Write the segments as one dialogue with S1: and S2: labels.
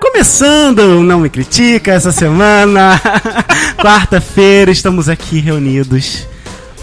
S1: começando o Não Me Critica essa semana. Quarta-feira estamos aqui reunidos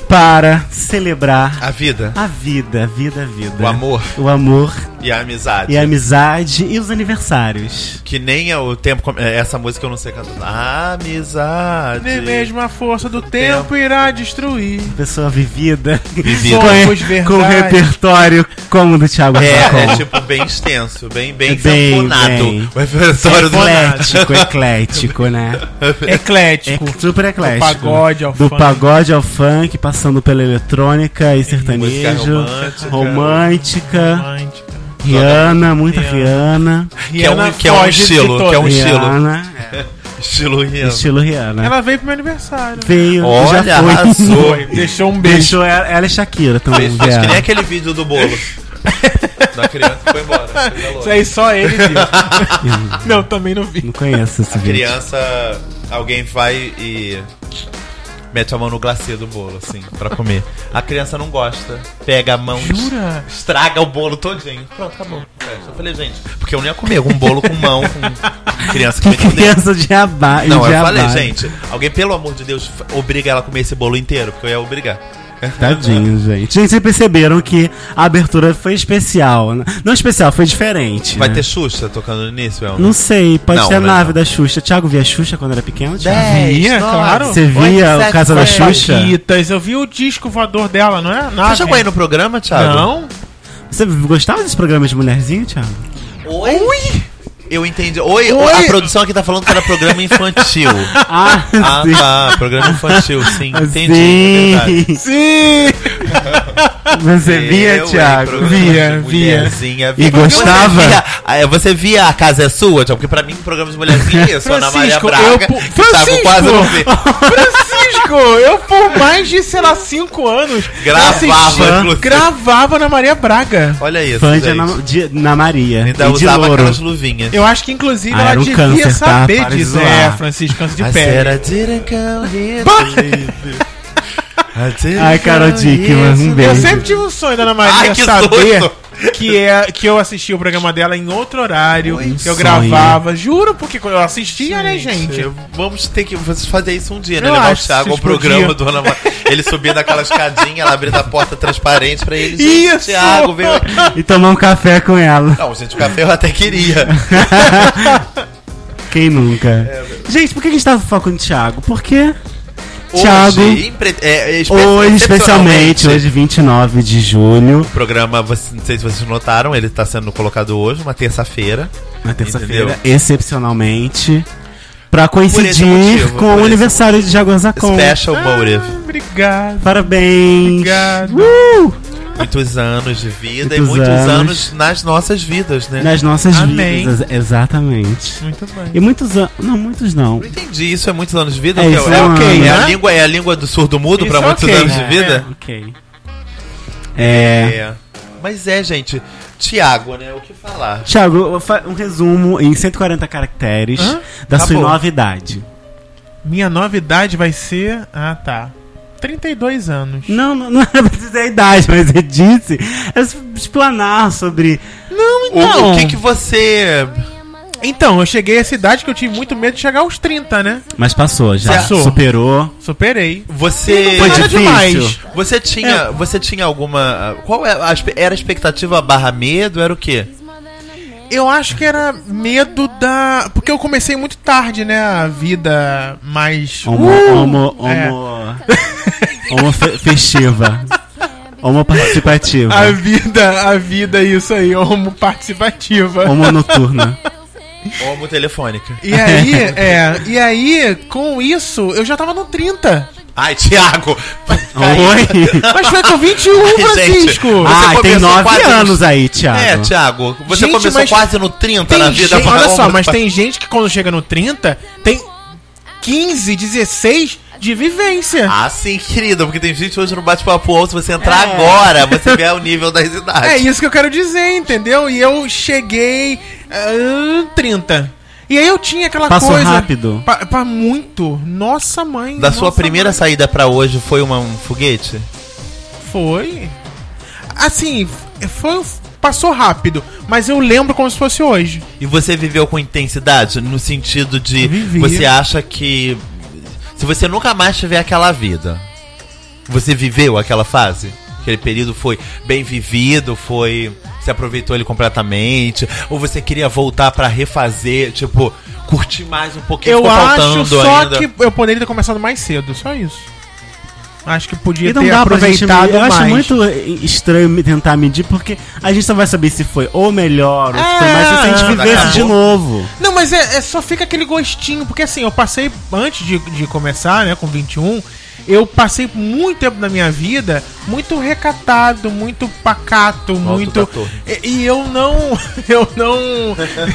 S1: para celebrar
S2: A vida,
S1: a vida, a vida, a vida.
S2: o amor
S1: O amor
S2: e a amizade.
S1: e a amizade e os aniversários.
S2: Que nem é o tempo. com- é, Essa música eu não sei cantar. Amizade.
S3: Nem mesmo a força do tempo,
S2: tempo.
S3: irá destruir.
S1: Pessoa vivida.
S2: Vivida.
S3: Somos
S1: Com,
S3: verdade.
S1: com repertório como o do Thiago Arzacon.
S2: É, é tipo bem extenso, bem, bem,
S1: É bem,
S2: sanfonado.
S1: bem.
S2: O repertório do
S1: Eclético, eclético, né?
S3: Eclético.
S1: É super eclético.
S3: Do pagode ao
S1: Do
S3: funk.
S1: pagode ao funk, passando pela eletrônica e
S2: música
S1: sertanejo.
S2: romântica.
S1: romântica.
S3: Romântica.
S1: Rihanna, muita Rihanna.
S2: Que é um-
S3: Rihanna
S2: que é um
S3: foge de
S2: estilo,
S3: todas.
S2: que é um- estilo.
S1: Rihanna.
S2: estilo Rihanna.
S1: Estilo Rihanna.
S3: Ela veio pro meu aniversário.
S1: Veio,
S2: Olha,
S1: já foi.
S2: arrasou.
S3: Foi. Deixou um beijo.
S1: Deixou ela, ela e Shakira também.
S2: Fez, fez que nem
S1: vieram.
S2: aquele vídeo do bolo. da criança que foi embora. fez a louca.
S3: Isso aí só ele viu. não, também não vi.
S1: Não conheço esse
S2: A
S1: vídeo.
S2: criança, alguém vai e mete a mão no glacê do bolo, assim, pra comer. A criança não gosta, pega a mão,
S3: Jura?
S2: estraga o bolo todinho. Pronto, acabou. Festa. Eu falei, gente, porque eu não ia comer um bolo com mão, com criança que
S1: Que
S2: vem com dente.
S1: criança de abá.
S2: Não,
S1: de
S2: eu
S1: abá.
S2: falei, gente, alguém, pelo amor de Deus, f- obriga ela a comer esse bolo inteiro, porque eu ia obrigar.
S1: Tadinho, gente. Gente, vocês perceberam que a abertura foi especial. né? Não especial, foi diferente.
S2: Vai
S1: né?
S2: ter Xuxa tocando no início, Elma?
S1: Não sei, pode
S2: Não,
S1: ser a
S2: né,
S1: nave
S2: não.
S1: da Xuxa. Thiago via Xuxa quando era pequeno? Thiago?
S3: Tá Via, claro.
S1: Você via o Casa da Xuxa?
S3: Paquitas, eu vi o disco voador dela, não é? Nada.
S2: Você chegou aí no programa, Thiago?
S3: Não.
S1: Você gostava desse programa de mulherzinho, Thiago?
S2: Oi? Eu entendi. Oi,
S3: Oi?
S2: a produção aqui tá falando que era programa infantil.
S1: Ah,
S2: Ah,
S1: sim.
S2: tá. Programa infantil, sim. Entendi. é verdade.
S1: Ah, Sim.
S3: Sim!
S1: Você via,
S2: Eu, hein,
S1: Thiago?
S2: programa
S3: Via,
S2: de
S3: via.
S2: mulherzinha,
S1: E
S2: via.
S1: gostava?
S2: Você via, ah, você via A Casa é Sua, Thiago? Porque pra mim, programa de mulherzinha é só Ana Maria
S3: Francisco,
S2: Braga.
S3: eu
S2: que
S3: po-
S2: tava
S3: Francisco!
S2: quase no fim.
S3: Francisco, eu por mais de, sei lá, 5 anos
S2: Gravava, inclusive.
S3: gravava na Maria Braga.
S2: Olha isso,
S1: Fã de
S2: gente.
S1: Ana, de Ana Maria.
S2: Ainda
S1: e de
S2: usava
S1: Louro.
S2: aquelas luvinhas.
S3: Eu acho que inclusive
S1: Ah,
S3: ela
S1: era um
S3: devia
S1: câncer, tá?
S3: saber
S1: Para de
S3: disso.
S1: zoar.
S3: É, Francisco, câncer de
S2: A
S3: pele.
S2: Sarah didn't come here
S3: Bah!
S2: to live. I didn't
S1: Ai, Carol
S2: come
S1: Dickman,
S2: here
S1: um
S2: to
S3: Eu
S1: beijo.
S3: sempre tive um sonho da Ana Maria
S2: Ai, que
S3: saber
S2: susto!
S3: que, é, que eu assistia o programa dela em outro horário,
S2: Foi um
S3: que
S1: sonho.
S3: eu gravava, juro, porque eu assistia, né, gente?
S2: Gente, vamos ter que vocês fazer isso um dia, né?
S3: Eu
S2: Levar o
S3: acho,
S2: Thiago ao
S3: vocês podiam.
S2: programa do Ana Maria. Ele subia naquela escadinha, ela abrindo a porta transparente pra ele.
S3: Isso!
S2: Thiago veio aqui.
S1: E tomar um café com ela.
S2: Não, gente, o café eu até queria.
S1: Quem nunca?
S2: É
S1: gente, por que a gente tava focando no Thiago? Porque Thiago.
S2: Hoje, impre- é, é, espe-
S1: hoje,
S2: excepcionalmente,
S1: especialmente, hoje 29 de julho,
S2: O programa, você- não sei se vocês notaram, ele tá sendo colocado hoje, uma terça-feira.
S1: na terça-feira,
S2: Entendeu?
S1: excepcionalmente, pra coincidir com
S2: motivo, por
S1: o
S2: esse
S1: aniversário de Jaguar Zacon.
S2: Special Motive.
S3: Ah, obrigado.
S1: Parabéns!
S3: Obrigado.
S1: Uh!
S2: Muitos anos de vida
S1: Muitos
S2: e muitos
S1: anos.
S2: anos. nas nossas vidas, né?
S1: Nas nossas
S3: Amém.
S1: vidas, ex- exatamente.
S3: Muito bem.
S1: E muitos anos. Não, muitos não.
S2: Não entendi, isso é muitos anos de vida?
S1: É,
S2: que
S1: isso
S2: é,
S1: é um
S2: ok,
S1: ano,
S2: é
S3: né?
S2: a língua, é a língua do surdo-mudo
S3: Isso
S2: pra
S3: é
S2: muitos
S3: ok,
S2: anos de
S3: né?
S2: vida?
S1: Ok. É.
S2: É. Mas é, gente. Tiago, né? O que falar?
S1: Thiago, fa- um resumo em 140 caracteres
S3: Hã?
S1: da sua
S2: Acabou.
S1: novidade.
S3: Minha novidade vai ser. Ah, tá. 32 anos.
S1: Não, não, não era pra dizer a idade, mas ele disse. É explanar sobre.
S3: Não,
S2: O, o que que você.
S3: Então, eu cheguei a essa idade que eu tive muito medo de chegar aos 30, né?
S1: Mas passou, já
S3: Passou.
S1: superou.
S3: Superei.
S2: Você.
S1: Foi
S3: Nada
S1: difícil.
S3: demais.
S2: Você tinha.
S3: É.
S2: Você tinha alguma. Qual era a, expe- era a expectativa barra medo? Era o quê?
S3: Eu acho que era medo da. Porque eu comecei muito tarde, né? A vida mais.
S1: Homo.
S2: Uh!
S1: homo.
S3: É.
S1: homo. homo fe- festiva. Homo participativa.
S3: A vida, a vida, isso aí, homo participativa.
S1: Homo noturna.
S2: Como telefônica.
S3: E aí, é, e aí, com isso, eu já tava no 30.
S2: Ai, Tiago!
S1: Oi!
S3: Mas foi com 21,
S2: Ai, gente.
S3: Francisco!
S2: Ah,
S1: Ah, tem
S2: começou
S1: nove
S2: quase
S1: anos
S2: nos-
S1: aí, Thiago.
S2: É, Tiago, você
S3: Gente,
S2: começou
S3: mas
S2: quase no 30
S3: Tem
S2: na vida.
S3: gente, olha
S2: barra
S3: só,
S2: homo-
S3: mas tem gente que quando chega no 30, tem 15, 16 de vivência.
S2: Ah, sim, querida, porque tem gente hoje no bate-papo ou se você entrar
S1: É.
S2: agora, você vê o nível das
S3: É
S2: idades.
S3: isso que eu quero dizer, entendeu? E eu cheguei ah, 30. E aí eu tinha aquela
S1: Passou
S3: coisa.
S1: rápido.
S3: Pa, pa- muito. Nossa mãe.
S2: Da
S3: nossa
S2: sua primeira
S3: mãe.
S2: saída pra hoje foi uma- um foguete?
S3: Foi. Assim, foi um f- passou rápido, mas eu lembro como se fosse hoje.
S2: E você viveu com intensidade? No sentido de
S3: Vivi.
S2: você acha que. Se você nunca mais tiver aquela vida, você viveu aquela fase? Aquele período foi bem vivido, foi. Você aproveitou ele completamente? Ou você queria voltar pra refazer, tipo, curtir mais um pouquinho?
S3: eu
S2: ficou
S3: acho
S2: faltando
S3: só
S2: ainda?
S3: que eu poderia ter começado mais cedo, só isso. Acho que podia
S1: E não
S3: ter
S1: dá pra gente
S3: aproveitado
S1: medir. Eu
S3: mais.
S1: acho muito estranho me tentar medir, porque a gente só vai saber se foi ou melhor, ou se foi
S3: É,
S1: mais se a gente
S2: daqui a
S1: vivesse de
S2: pouco.
S1: novo.
S3: Não, mas é, é só fica aquele gostinho, porque assim, eu passei, antes de, de começar, né, com 21, eu passei muito tempo da minha vida muito recatado, muito pacato, muito.
S2: da torre.
S3: E, e eu não. Eu não.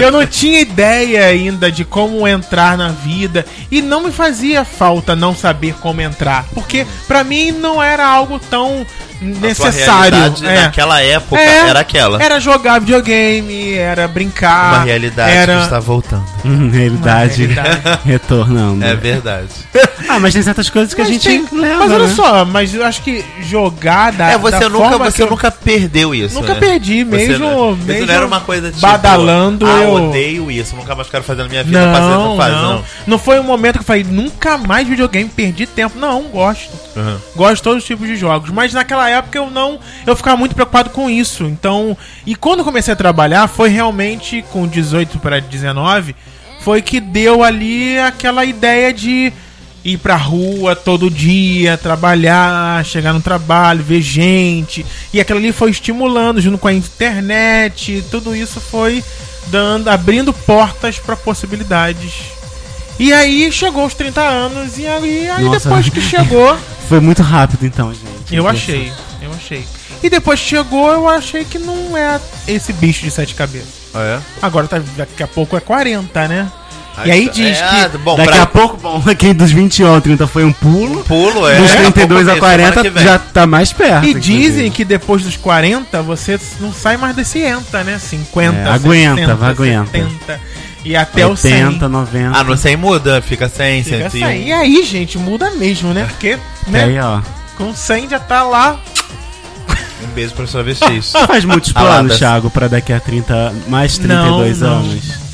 S3: eu não tinha ideia ainda de como entrar na vida. E não me fazia falta não saber como entrar. Porque pra mim não era algo tão
S2: A sua
S3: necessário.
S2: realidade
S3: é.
S2: Naquela época
S3: É.
S2: era aquela.
S3: Era jogar videogame, era brincar.
S2: Uma realidade
S3: era...
S2: que está voltando.
S1: Hum,
S3: É
S1: realidade,
S3: realidade.
S1: retornando.
S2: É verdade.
S1: Ah, mas tem certas coisas que
S3: Mas
S1: a gente
S3: tem-
S1: leva,
S3: mas olha
S1: né?
S3: só, mas eu acho que jogar da,
S2: é, você
S3: da
S2: nunca,
S3: forma
S2: você
S3: que eu-
S2: nunca perdeu isso.
S3: Nunca
S2: né?
S3: perdi, mesmo-
S2: não- Isso
S3: mesmo
S2: não era uma coisa tipo.
S3: badalando,
S2: ah,
S3: eu-
S2: odeio isso, nunca mais quero fazer na minha vida,
S3: Não,
S2: fazer, não
S3: não,
S2: faz,
S3: não.
S2: não.
S3: foi um momento que eu falei, nunca mais videogame, perdi tempo. Não, gosto.
S2: Uhum.
S3: Gosto de todos os tipos de jogos. Mas naquela época eu não. Eu ficava muito preocupado com isso. Então. E quando eu comecei a trabalhar, foi realmente com 18 para 19. Foi que deu ali aquela ideia de ir pra rua todo dia, trabalhar, chegar no trabalho, ver gente. E aquilo ali foi estimulando, junto com a internet. Tudo isso foi dando, abrindo portas para possibilidades. E aí chegou os 30 anos, e aí, aí
S1: Nossa.
S3: depois que chegou.
S1: Foi muito rápido então, gente.
S3: Eu achei, eu achei. E depois chegou, eu achei que não é esse bicho de sete cabeças.
S2: Ah, é?
S3: Agora tá, daqui a pouco é 40, né? e aí
S2: tá-
S3: diz
S2: é,
S3: que.
S2: Bom,
S1: Daqui
S2: pra
S1: a pouco, bom, aqui dos 21 ao 30 foi um pulo.
S2: pulo, é.
S1: dos
S2: daqui a pouco
S1: 32 a
S2: mesmo, semana que
S1: 40
S2: vem.
S1: já tá mais perto.
S3: E
S1: inclusive.
S3: dizem que depois dos 40 você não sai mais desse enta, né? 50,
S1: É, aguenta, vai, aguenta.
S3: 70, e até o 100.
S1: 80, 90.
S2: Ah, não sei, muda, fica 100,
S3: Fica
S2: 101.
S3: essa- E aí, gente, muda mesmo, né? Porque,
S1: E
S3: né,
S1: um. É. aí, ó.
S3: com 100 já tá lá.
S2: Um beijo para os travestis.
S1: Você faz muitos
S2: Ah lá,
S1: planos,
S2: dessa-
S1: Thiago, pra daqui a 30, mais 32
S3: Não, não.
S1: anos.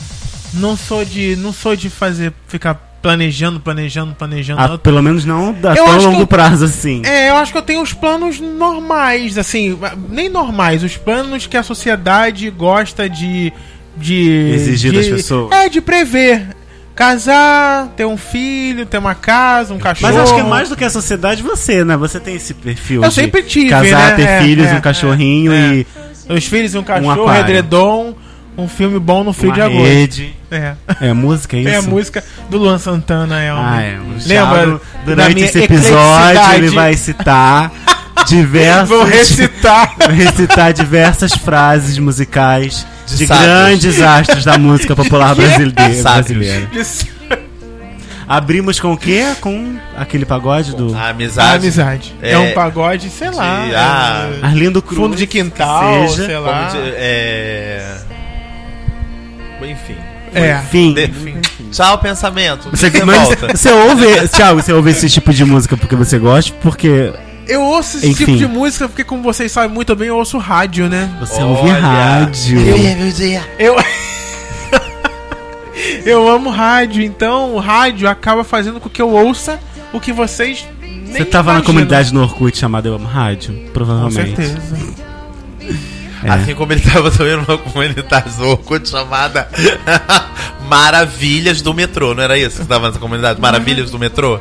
S3: Não sou de, não sou de fazer ficar planejando, planejando, planejando.
S1: Ah, pelo menos não a
S3: Eu
S1: tão
S3: acho que
S1: longo
S3: eu-
S1: prazo assim.
S3: É, eu acho que eu tenho os planos normais, assim, nem normais, os planos que a sociedade gosta de. de
S1: Exigir
S3: de-
S1: das pessoas.
S3: É, de prever. Casar, ter um filho, ter uma casa, um cachorro.
S1: Mas acho que é mais do que a sociedade, você, né? Você tem esse perfil.
S3: Eu
S1: de
S3: sempre tive,
S1: Casar,
S3: né?
S1: ter
S3: É,
S1: filhos,
S3: é,
S1: um cachorrinho
S3: é.
S1: e
S3: Os filhos, um cachorro,
S1: aquário.
S3: edredom, um filme bom no frio de
S1: uma
S3: agosto.
S1: rede.
S3: É.
S1: É música, é isso?
S3: É a música do Luan Santana, é uma.
S1: Ah, é. O
S3: Lembra?
S1: Thiago, durante esse episódio,
S3: eclecticidade?
S1: ele vai citar diversas.
S3: Vou recitar.
S1: recitar diversas frases musicais
S2: De
S1: de,
S2: sábios.
S1: grandes astros da música popular brasileira.
S2: Sábios.
S1: brasileira.
S3: Isso.
S1: Abrimos com o quê? Com aquele pagode do
S3: Ah,
S2: A
S3: A
S2: amizade.
S3: amizade. É,
S2: É,
S3: um pagode, sei lá.
S2: de- ah,
S3: é-
S1: Arlindo Cruz.
S3: fundo de quintal,
S1: seja.
S3: sei lá.
S2: Como de, é... Enfim.
S3: É.
S1: Enfim.
S2: De- Tchau, pensamento.
S1: Você,
S2: Você
S1: mas
S2: volta.
S1: você ouve, Thiago, você ouve esse tipo de música porque você gosta? Porque
S3: Eu ouço esse tipo
S1: Enfim.
S3: de música porque, como vocês sabem muito bem, eu ouço rádio, né?
S1: você ouve
S2: Olha.
S1: rádio.
S3: Eu. eu amo rádio, então o rádio acaba fazendo com que eu ouça o que vocês. nem
S1: Você tava na
S3: imaginam.
S1: comunidade no Orkut chamada Eu Amo Rádio?
S3: Com
S1: Provavelmente.
S3: certeza.
S1: É.
S2: Assim como ele tava também numa comunidade do Orkut tá chamada Maravilhas do Metrô, não era isso que tava nessa comunidade? Maravilhas do Metrô?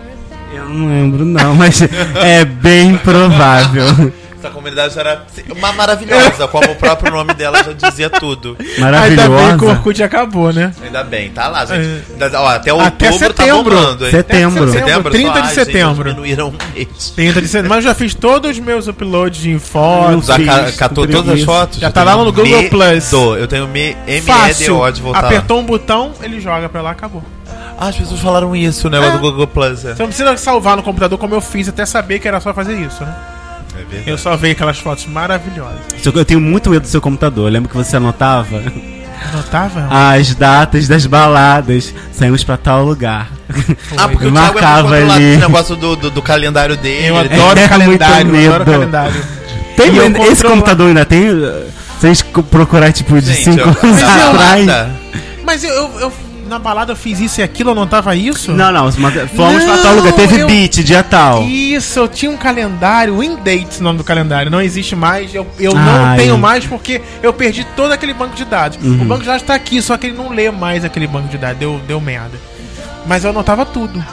S1: Eu não lembro, não, mas é bem provável.
S2: Essa comunidade era uma maravilhosa, como o próprio nome dela já dizia tudo.
S3: Ainda bem que o
S1: Maravilhosa.
S3: Orkut acabou, né?
S2: Ainda bem, tá lá, gente. Ainda- ó, até outubro
S3: Até
S2: tá
S3: setembro.
S2: bombando, hein?
S1: Setembro.
S3: Setembro. 30 de
S2: Ai, gente,
S3: setembro.
S2: diminuíram um mês.
S3: 30 de setembro. Mas eu já fiz todos os meus uploads em fotos.
S2: Já
S1: Fiz,
S2: ca- catou
S1: tudo
S2: todas as
S1: isso.
S2: fotos?
S3: Já tá lá no Google Plus.
S2: Tô, eu tenho me- MLDO de
S3: Fácil.
S2: é voltar. lá.
S3: Apertou um botão, ele joga pra lá, acabou.
S2: Ah, as pessoas falaram isso, né? O do Google Plus. É.
S3: Você não precisa salvar no computador como eu fiz, até saber que era só fazer isso, né?
S2: É verdade.
S3: Eu só vejo aquelas fotos maravilhosas.
S1: Seu- Eu tenho muito medo do seu computador. Eu lembro que você anotava
S3: Notava?
S1: as datas das baladas. Saímos pra tal lugar.
S2: Ah, porque o
S1: Eu
S2: Thiago é
S1: marcava
S2: muito controlado
S1: ali.
S2: com o negócio do, do, do calendário dele.
S3: Eu
S2: Ele-
S3: adoro
S1: É, muito
S3: calendário, eu adoro
S1: medo.
S3: calendário.
S1: Tem,
S3: E eu
S1: ainda- esse
S3: controlo-
S1: computador ainda tem? uh, Se a gente co- procurar, tipo, de
S3: assim,
S2: Gente,
S1: 5
S2: eu-
S1: anos
S2: na
S1: atrás.
S2: balada,
S3: Mas eu, eu- eu- na balada eu fiz isso e aquilo, eu não tava isso?
S1: Não, não, mas fomos pra tal
S3: Não,
S1: lugar. Teve
S3: eu-
S1: beat, dia tal.
S3: Isso, eu tinha um calendário, Win Dates, o nome do calendário, não existe mais, eu, eu
S1: Ah, Uhum.
S3: não tenho
S1: eu-
S3: mais porque eu perdi todo aquele banco de dados. O banco de dados tá aqui, só que ele não lê mais aquele banco de dados, deu, deu merda. Mas eu anotava tudo.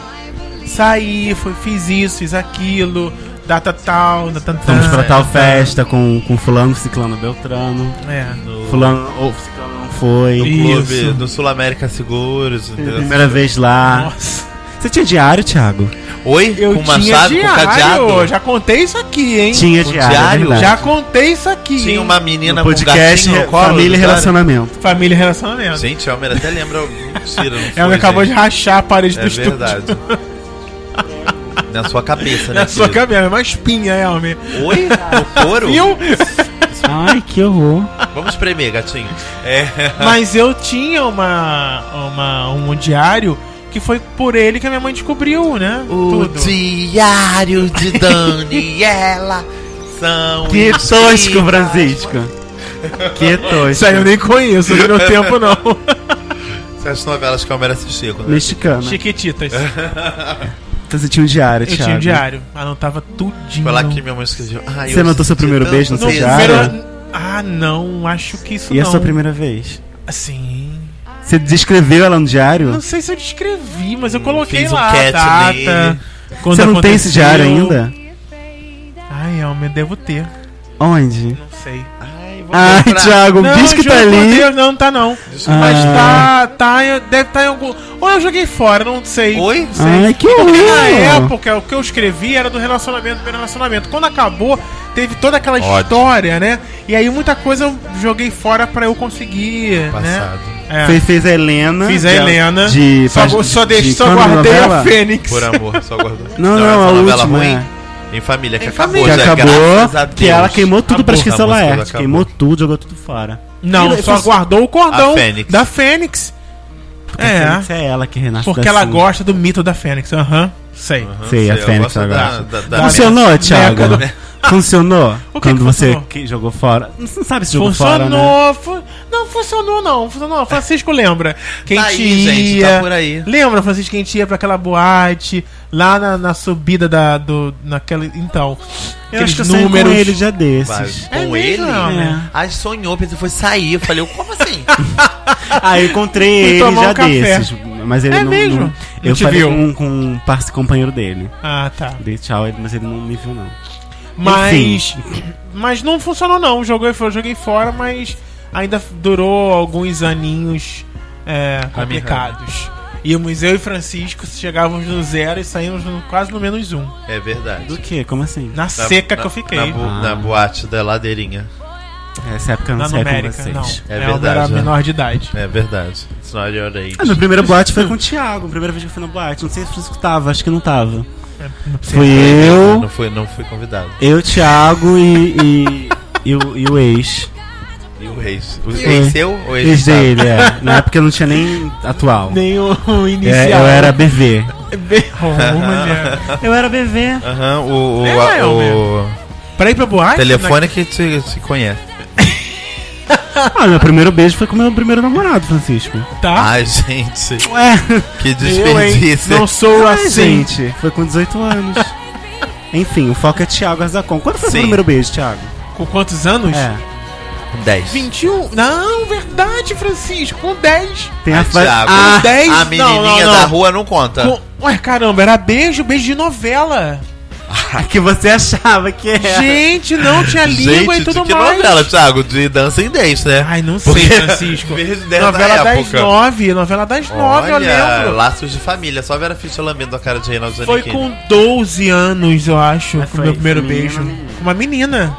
S3: Saí, fui, fiz isso, fiz aquilo, data tal, data tal.
S1: Fomos pra tal festa com, com fulano, ciclano, beltrano.
S3: É.
S1: Fulano, ou ciclano não foi.
S2: No clube
S3: Isso.
S2: do Sul América Seguros. entendeu?
S1: Primeira vez lá.
S3: Nossa,
S1: Você tinha diário, Thiago?
S2: Oi?
S3: eu
S2: com uma
S3: tinha
S2: chave, com
S3: diário,
S2: cadeado?
S3: já contei isso aqui, hein?
S1: Tinha
S2: Com
S1: diário,
S2: diário?
S1: é verdade.
S3: Já contei isso aqui,
S2: Tinha
S3: hein?
S2: uma menina
S1: No
S2: com um
S1: podcast, é
S2: gatinho
S3: é,
S2: no colo.
S1: família e
S2: do cara.
S1: relacionamento.
S3: Família e relacionamento.
S2: Gente, a Elmer até lembra. Mentira, não foi,
S3: Ela acabou
S2: gente.
S3: de rachar a parede
S2: É
S3: do estúdio.
S2: verdade. Na sua cabeça, né?
S3: Na sua
S2: querido?
S3: cabeça, é um- uma espinha, Elmer.
S2: Oi? No couro?
S3: Viu?
S1: Ai, que horror.
S2: Vamos premer, gatinho. É.
S3: Mas eu tinha uma, uma, um diário que foi por ele que a minha mãe descobriu, né?
S2: O
S3: Tudo.
S2: diário de Daniela são
S1: Que tosco,
S2: incríveis.
S1: Francisco. Que
S3: Isso aí eu
S1: tosco.
S3: nem conheço, não deu tempo não.
S2: Essas novelas que a Almera assistia quando era
S1: Mexicana.
S3: Chiquititas.
S1: Então você tinha um diário,
S3: Eu
S1: Thiago.
S3: tinha um diário, anotava tudinho.
S2: Foi lá que minha mãe escreveu. Ai,
S1: Você
S2: eu
S1: anotou seu
S2: senti
S1: primeiro
S2: tanto
S1: beijo no seu
S2: desejo.
S1: diário?
S3: Ah, não, acho que isso
S1: E é a
S3: não.
S1: sua primeira vez?
S3: Assim...
S1: Você descreveu ela no
S3: Não
S1: diário?
S3: sei se eu descrevi, mas eu coloquei
S2: Fiz um
S3: lá
S2: cat
S3: a data.
S2: nele.
S3: quando
S1: Você não tem esse
S3: aconteceu.
S1: diário ainda?
S3: Ai, Elmer, devo ter.
S1: Onde?
S3: Não sei.
S2: Ai, vou
S1: Ai,
S2: comprar.
S1: Thiago, o bicho que
S3: juro
S1: tá
S3: por
S1: ali. Ah.
S3: Deus, não, tá não. Mas tá, tá, eu- deve tá em algum. Ou eu joguei fora, não sei.
S2: Oi?
S3: Não sei.
S1: Ai, que
S3: Porque na
S1: horror.
S3: época, o que eu escrevi era do relacionamento, do meu relacionamento. Quando acabou, teve toda aquela
S2: Ótimo.
S3: história, né? E aí muita coisa eu joguei fora pra eu conseguir,
S2: Passado.
S3: né? É.
S1: Você fez a Helena.
S3: Fiz a
S1: de-
S3: Helena.
S1: De,
S3: só,
S1: faz-
S3: só, deixei,
S1: de- é
S3: só
S1: quando
S3: guardei
S1: novela?
S3: a Fênix.
S2: Por amor, só guardou.
S1: Não, não,
S2: essa
S1: a
S2: novela
S1: última
S2: ruim.
S1: é.
S2: Em família, que
S3: Em
S2: acabou.
S1: Que
S3: Família.
S2: já, é, graças a
S1: acabou, que
S2: Deus.
S1: ela queimou tudo pra
S2: Acabou.
S1: esquecer
S2: A
S1: ela
S2: música
S1: é.
S2: acabou.
S1: Queimou tudo, jogou tudo fora.
S3: Não,
S1: E
S3: só
S1: foi-
S3: guardou o cordão
S2: A Fênix.
S3: da Fênix.
S1: A
S3: É,
S1: Fênix é ela que renasce
S3: porque
S1: da
S3: ela
S1: cinza.
S3: gosta do mito da Fênix. Aham, sei.
S2: Não
S1: Sei, a
S2: eu
S1: Fênix
S2: gosto
S1: agora.
S2: da- da- da-
S1: Funcionou, Thiago?
S2: Merda.
S1: Funcionou?
S3: que
S1: Quando
S3: que
S1: você
S3: funcionou?
S1: que jogou fora. Você não sabe se jogou fora, né?
S3: Funcionou, fu- não funcionou não, funcionou. Francisco lembra. Quem
S2: Tá aí,
S3: te
S2: gente,
S3: ia-
S2: tá por aí.
S3: Lembra, Francisco, que a gente ia pra aquela boate, lá na, na subida da. Do, naquela. Então.
S1: Eu acho que eu
S3: aqueles
S1: saí com
S3: números-
S1: ele já desses.
S2: Vai.
S3: É
S2: Com ele?
S3: mesmo, né?
S1: É.
S2: Aí sonhou, pensou, foi sair. Eu falei, como assim?
S1: Ah, eu encontrei
S3: Fui
S1: ele
S3: tomar um
S1: já
S3: café.
S1: desses. Mas ele
S3: É
S1: não.
S3: mesmo?
S1: não-
S3: Não
S1: eu
S3: te
S1: falei
S3: viu?
S1: com, com um parceiro companheiro dele.
S3: Ah, tá.
S1: Dei tchau, ele- mas ele não me viu, não.
S3: Mas. Mas não funcionou, não. Joguei, eu joguei fora, mas ainda durou alguns aninhos é, complicados. Íamos eu e Francisco, chegávamos no zero e saímos no- quase no menos um.
S2: É verdade.
S1: Do que? Como assim?
S3: Na, seca que eu fiquei.
S2: Na, bu-
S1: Ah.
S2: na boate da ladeirinha.
S1: Nessa época eu não
S3: Na
S1: saí com
S3: numérica,
S1: vocês.
S3: não.
S2: É
S3: Ela
S2: verdade,
S3: era
S2: né?
S3: menor de idade.
S2: É verdade. It's not your age.
S1: Ah, meu primeiro boate foi com o Thiago. A primeira vez que eu fui na boate. Não sei se o Francisco tava, acho que não tava.
S3: É,
S1: Fui eu,
S2: Não fui, não fui convidado.
S1: eu, Thiago e, e, e o, e o ex.
S2: E o ex? O
S1: É.
S2: ex seu ou tá? ex
S1: Ex
S2: do Thiago?
S1: dele, é. Na época eu não tinha nem atual.
S3: Nem o, o
S1: É, eu era BV.
S3: Bem... Oh, mulher.
S1: Eu era BV.
S2: Aham, o, o,
S3: É,
S2: a-
S3: é o
S2: o
S3: pra ir pra boate?
S2: telefone que te, te conhece.
S1: Ah, meu primeiro beijo foi com meu primeiro namorado, Francisco.
S3: Na... Tá.
S2: Ai, gente,
S1: Ué,
S2: que
S3: eu, hein?
S2: desperdício.
S3: É. Não sou
S1: Ai,
S3: assim.
S1: gente, foi com 18 anos. Enfim, o foco é Thiago Arzacon. Quando foi o
S2: Sim.
S1: seu primeiro beijo, Thiago?
S3: Com quantos anos?
S1: É.
S2: 10.
S3: 21. Não, verdade, Francisco. Com 10.
S1: Tem
S2: Ah,
S1: a fase.
S2: Thiago,
S1: Ah,
S3: dez?
S2: a
S3: Não,
S2: menininha
S3: não, não.
S2: da rua não conta.
S3: Com... Ué, caramba, era beijo, beijo de novela.
S1: que você achava que
S2: É.
S1: era.
S3: Gente, não tinha língua e
S2: de
S3: tudo
S2: que
S3: mais.
S2: é novela, Thiago? De dança em 10, né?
S3: Ai, não sei,
S2: Porque-
S3: Francisco.
S2: Beijo dessa
S3: novela das
S2: época.
S3: nove, novela das nove, eu
S2: Olha,
S3: lembro.
S2: laços de família. Só Vera Fischer lambendo a cara de Reinaldo
S3: Foi
S2: Giannichini.
S3: com 12 anos, eu acho,
S1: Ah,
S3: foi
S1: foi né?
S3: o meu primeiro
S1: menina,
S3: beijo.
S1: menina.
S3: Uma menina.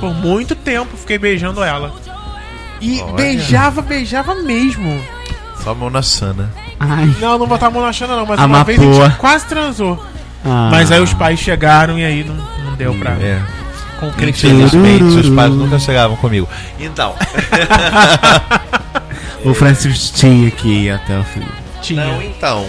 S3: Por muito tempo fiquei beijando ela. E
S2: Olha.
S3: beijava, beijava mesmo.
S2: Só a mão na né? Sana.
S1: Ai.
S3: Não, não botava a mão na chana não, mas uma
S1: Amapô.
S3: vez a gente quase transou.
S1: ah.
S3: Mas aí os pais chegaram e aí não, não deu pra
S2: É.
S3: concretizar.
S2: Infelizmente, os pais nunca chegavam comigo. Então,
S1: O Francisco tinha que ir até o final.
S3: Tinha.
S2: é um não, então.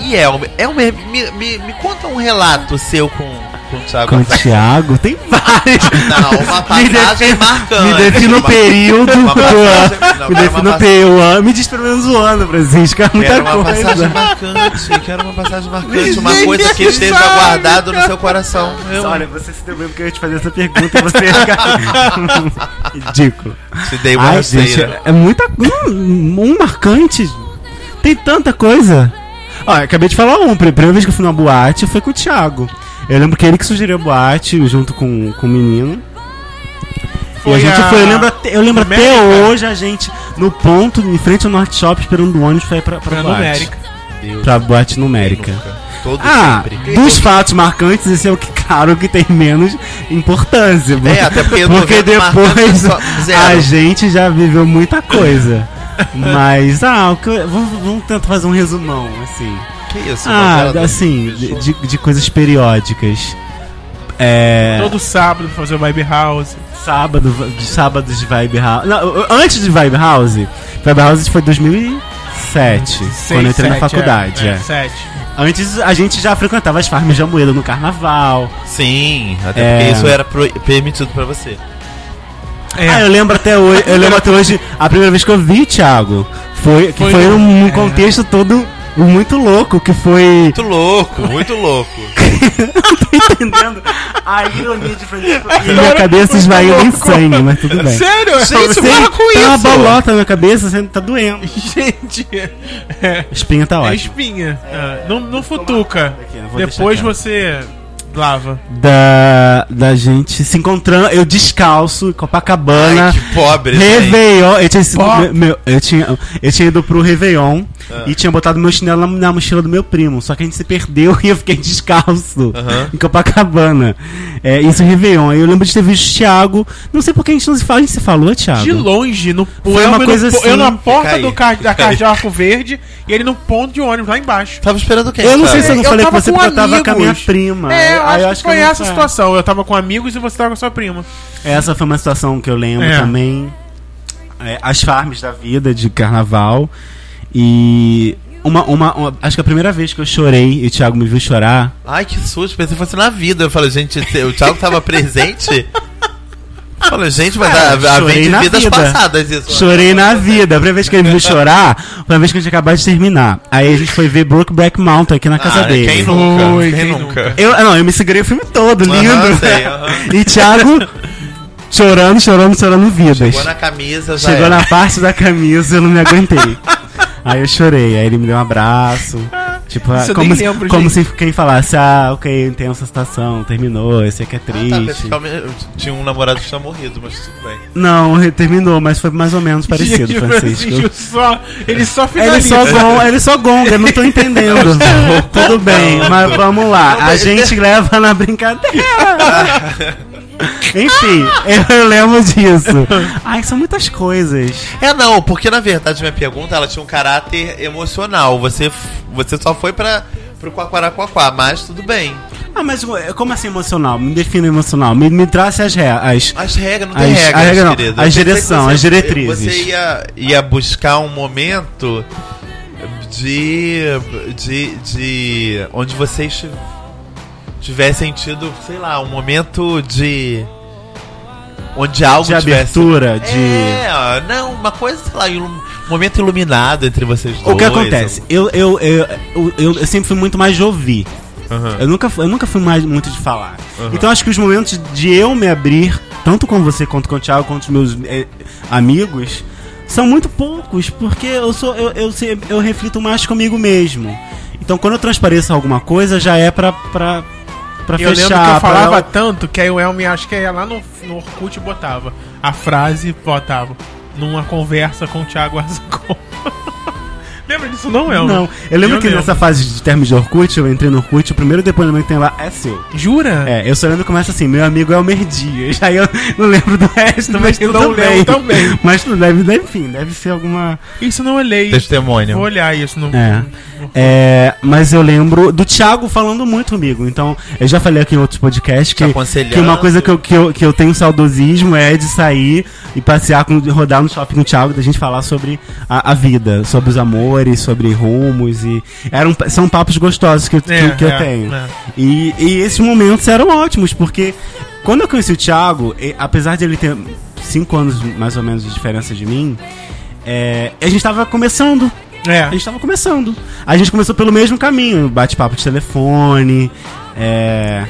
S2: E Elmer, Elmer me, me, me conta um relato seu com, com o Thiago
S1: Com o
S2: Azaghal.
S1: Thiago? Tem vários.
S2: Não, uma passagem marcante.
S1: Me defina o
S2: é Uma-
S1: período.
S2: Uma passagem- não,
S1: me
S2: quero uma
S1: defina o
S2: passa-
S1: pe- o ano. Ah, Me diz pelo menos o ano, Francisco. É muita
S2: Quero uma passagem
S1: coisa.
S2: marcante, quero uma passagem marcante, uma
S3: Ninguém
S2: coisa que esteja
S3: sabe,
S2: guardado no seu coração. Eu-
S1: Olha, você se deu bem porque eu ia te fazer essa pergunta e você. Ridículo.
S2: Te dei uma
S1: Ai, gente,
S2: rasteira.
S1: é muita. Um, um marcante. Tem tanta coisa. Ó, eu acabei de falar um. A primeira vez que eu fui numa boate foi com o Thiago. Eu lembro que ele que sugeriu a boate junto com, com o menino. e a gente foi, eu lembro, até- eu lembro até
S3: Numérica.
S1: hoje a gente no ponto, em frente ao Norte Shop, esperando o ônibus pra ir pra, pra,
S3: Pra
S1: boate.
S3: numérica.
S2: Deus,
S1: Pra boate numérica.
S2: nunca. Todo
S1: é Ah,
S2: sempre.
S1: dos fatos marcantes, esse é o que, claro, que tem menos importância.
S2: É, até porque no
S1: Porque
S2: evento marcante
S1: depois
S2: só-
S1: a
S2: zero.
S1: gente já viveu muita coisa. Mas, ah, o que eu- vamos, vamos tentar fazer um resumão, assim.
S2: Que isso,
S1: Ah,
S2: novela do-
S1: assim,
S2: fechou.
S1: de, de coisas periódicas. É.
S3: Todo sábado pra fazer o Baby House.
S1: Sábado, de sábados de Vibe House. Não, antes de Vibe House, Vibe House foi 2007, quando eu entrei na faculdade. é.
S3: Sete.
S1: Antes a gente já frequentava as farms de Amoedo no carnaval.
S2: Sim, até
S1: É.
S2: porque isso era pro- permitido pra você.
S3: É.
S1: Ah, eu lembro até hoje, eu lembro até hoje, a primeira vez que eu vi Thiago, foi que
S3: Foi
S1: foi,
S3: no-
S1: um
S3: é.
S1: contexto todo muito louco, que foi
S2: Muito louco, muito louco.
S1: entendendo a ironia de Francisco. E minha cabeça esvaiu em sangue, mas tudo bem.
S3: Sério?
S1: Você tá uma bolota na minha cabeça, você tá doendo.
S3: Gente, é,
S1: Espinha tá
S3: é
S1: ótima.
S3: espinha. Ah, não, não futuca.
S1: Aqui, não vou
S3: Depois
S1: deixar
S3: você lava.
S1: da, da gente se encontrando, eu descalço, em Copacabana.
S2: Ai, que pobre, gente.
S1: Réveillon, eu tinha, sido-
S3: Ó. Ah.
S1: meu- meu- eu, tinha, eu tinha ido pro Réveillon e tinha botado meu chinelo na, na mochila do meu primo. Só que a gente se perdeu e eu fiquei descalço
S2: Aham.
S1: em Copacabana. É, isso em Réveillon. Aí eu lembro de ter visto o Thiago. Não sei por que a gente não se fala. A gente se falou, Thiago?
S3: De longe, no
S1: Ah, Foi uma
S3: eu-
S1: coisa
S3: eu-
S1: assim,
S3: Eu na porta
S2: fica aí,
S3: do car, da
S2: fica aí.
S3: Cardiarco Verde e ele no ponto de ônibus lá embaixo.
S2: Tava esperando quem?
S1: Eu não sei
S2: cara?
S1: se eu não
S3: Eu
S1: falei com
S3: tava
S1: você
S3: com
S1: porque eu tava com a minha
S3: amigos.
S1: prima.
S3: é, eu
S1: Aí
S3: acho que foi
S1: Ah, eu não
S3: essa
S1: sa-
S3: situação. Eu tava com amigos e você tava com a sua prima.
S1: Essa foi uma situação que eu lembro
S3: É.
S1: também. É, as farms da vida de carnaval. E uma, uma, uma- Acho que a primeira vez que eu chorei e o Thiago me viu chorar.
S2: Ai, que susto, pensei que fosse na vida. Eu falei, gente, o Thiago tava presente? Eu falei, gente, mas a, a,
S1: chorei
S2: vem de
S1: na
S2: vidas
S1: vida.
S2: passadas isso. né?
S1: Chorei na vida. A primeira vez que ele me viu chorar foi a vez que a gente acabou de terminar. Aí a gente foi ver Brokeback Mountain aqui na casa
S2: Ah,
S1: dele.
S2: quem nunca?
S3: Ui,
S2: quem
S3: quem
S2: nunca?
S1: Eu, ah, não, eu me segurei o filme todo,
S2: Aham,
S1: lindo.
S2: sei, aham.
S1: E Thiago chorando, chorando, chorando vidas.
S2: Chegou na camisa, já
S1: Chegou
S2: era.
S1: na parte da camisa, eu não me aguentei. aí eu chorei, aí ele me deu um abraço. Tipo,
S3: Isso eu
S1: como,
S3: nem
S1: se,
S3: lembro,
S1: como se quem falasse, ah, ok, tem essa situação, terminou, eu sei que é
S2: Ah, tá,
S1: triste.
S2: praticamente, eu tinha um namorado que tinha morrido, mas tudo bem.
S1: Não, ele terminou, mas foi mais ou menos parecido,
S3: Gente, o
S1: Francisco.
S3: só, ele só
S1: Ele
S3: finaliza.
S1: só, gonga, ele só gonga, eu não tô entendendo. Tudo bem, mas vamos lá. A gente leva na brincadeira. Enfim, eu lembro disso. Ai, são muitas coisas.
S2: É não, porque na verdade minha pergunta ela tinha um caráter emocional. Você, f- você só foi para pro Quaquaraquaquá, mas tudo bem.
S1: Ah, mas ué, como assim emocional? Me defina emocional. Me, me trace as regras.
S2: As regras não tem
S1: As-
S2: regras,
S1: a regra não,
S2: querido.
S1: as
S2: Eu pensei que
S1: direção, as diretrizes.
S2: Você ia, ia buscar um momento de de de onde vocês tiv- tivessem tido, sei lá, um momento de onde algo
S1: De
S2: tivesse
S1: abertura, de.
S2: É, não, uma coisa, sei lá, ilu- um momento iluminado entre vocês dois.
S1: O que acontece? Eu, eu, eu, eu, eu- eu sempre fui muito mais de ouvir.
S2: Aham.
S1: Eu nunca, fu- eu nunca fui mais muito de falar. Então acho que os momentos de eu me abrir, tanto com você quanto com o Thiago, quanto os meus eh, amigos, são muito poucos, porque eu sou eu, eu, se- eu reflito mais comigo mesmo. Então quando eu transpareço alguma coisa, já é pra, pra, pra
S3: Eu lembro
S1: fechar.
S3: que eu
S1: pra- um-
S3: falava tanto que aí o Elmi, acho que ia lá no, no Orkut e botava. A frase botava. Numa conversa com o Thiago Azacon. Lembra disso não, Elmi?
S1: Não, eu lembro
S3: Eu
S1: que
S3: lembro.
S1: nessa fase de termos de Orkut, eu entrei no Orkut, o primeiro depoimento que tem lá é seu.
S3: Jura?
S1: É, eu só lembro que começa assim, meu amigo é o Dias. Aí eu não lembro do resto, mas
S3: Eu
S1: tudo
S3: não lembro
S1: bem.
S3: também.
S1: Mas tudo deve, deve- enfim, deve ser alguma...
S3: Isso não é lei.
S2: Testemunho.
S3: Vou olhar isso no.
S1: É.
S3: horror.
S1: É, mas eu lembro do Thiago falando muito comigo. Então, eu já falei aqui em outros podcasts
S2: Te
S1: que,
S3: Tá
S2: aconselhando.
S1: que uma coisa que eu, que, eu, que eu tenho saudosismo é de sair e passear, com, rodar no shopping com o Thiago, da gente falar sobre a, a vida, sobre os amores, sobre rumos. e eram, São papos gostosos que, eu- que-
S3: É,
S1: que eu
S3: é,
S1: tenho.
S3: é.
S1: E, e esses momentos eram ótimos, porque quando eu conheci o Thiago, e- apesar de ele ter cinco anos mais ou menos de diferença de mim, é, a gente tava começando. A
S3: É.
S1: gente tava começando. A gente começou pelo mesmo caminho. Bate-papo de telefone. É.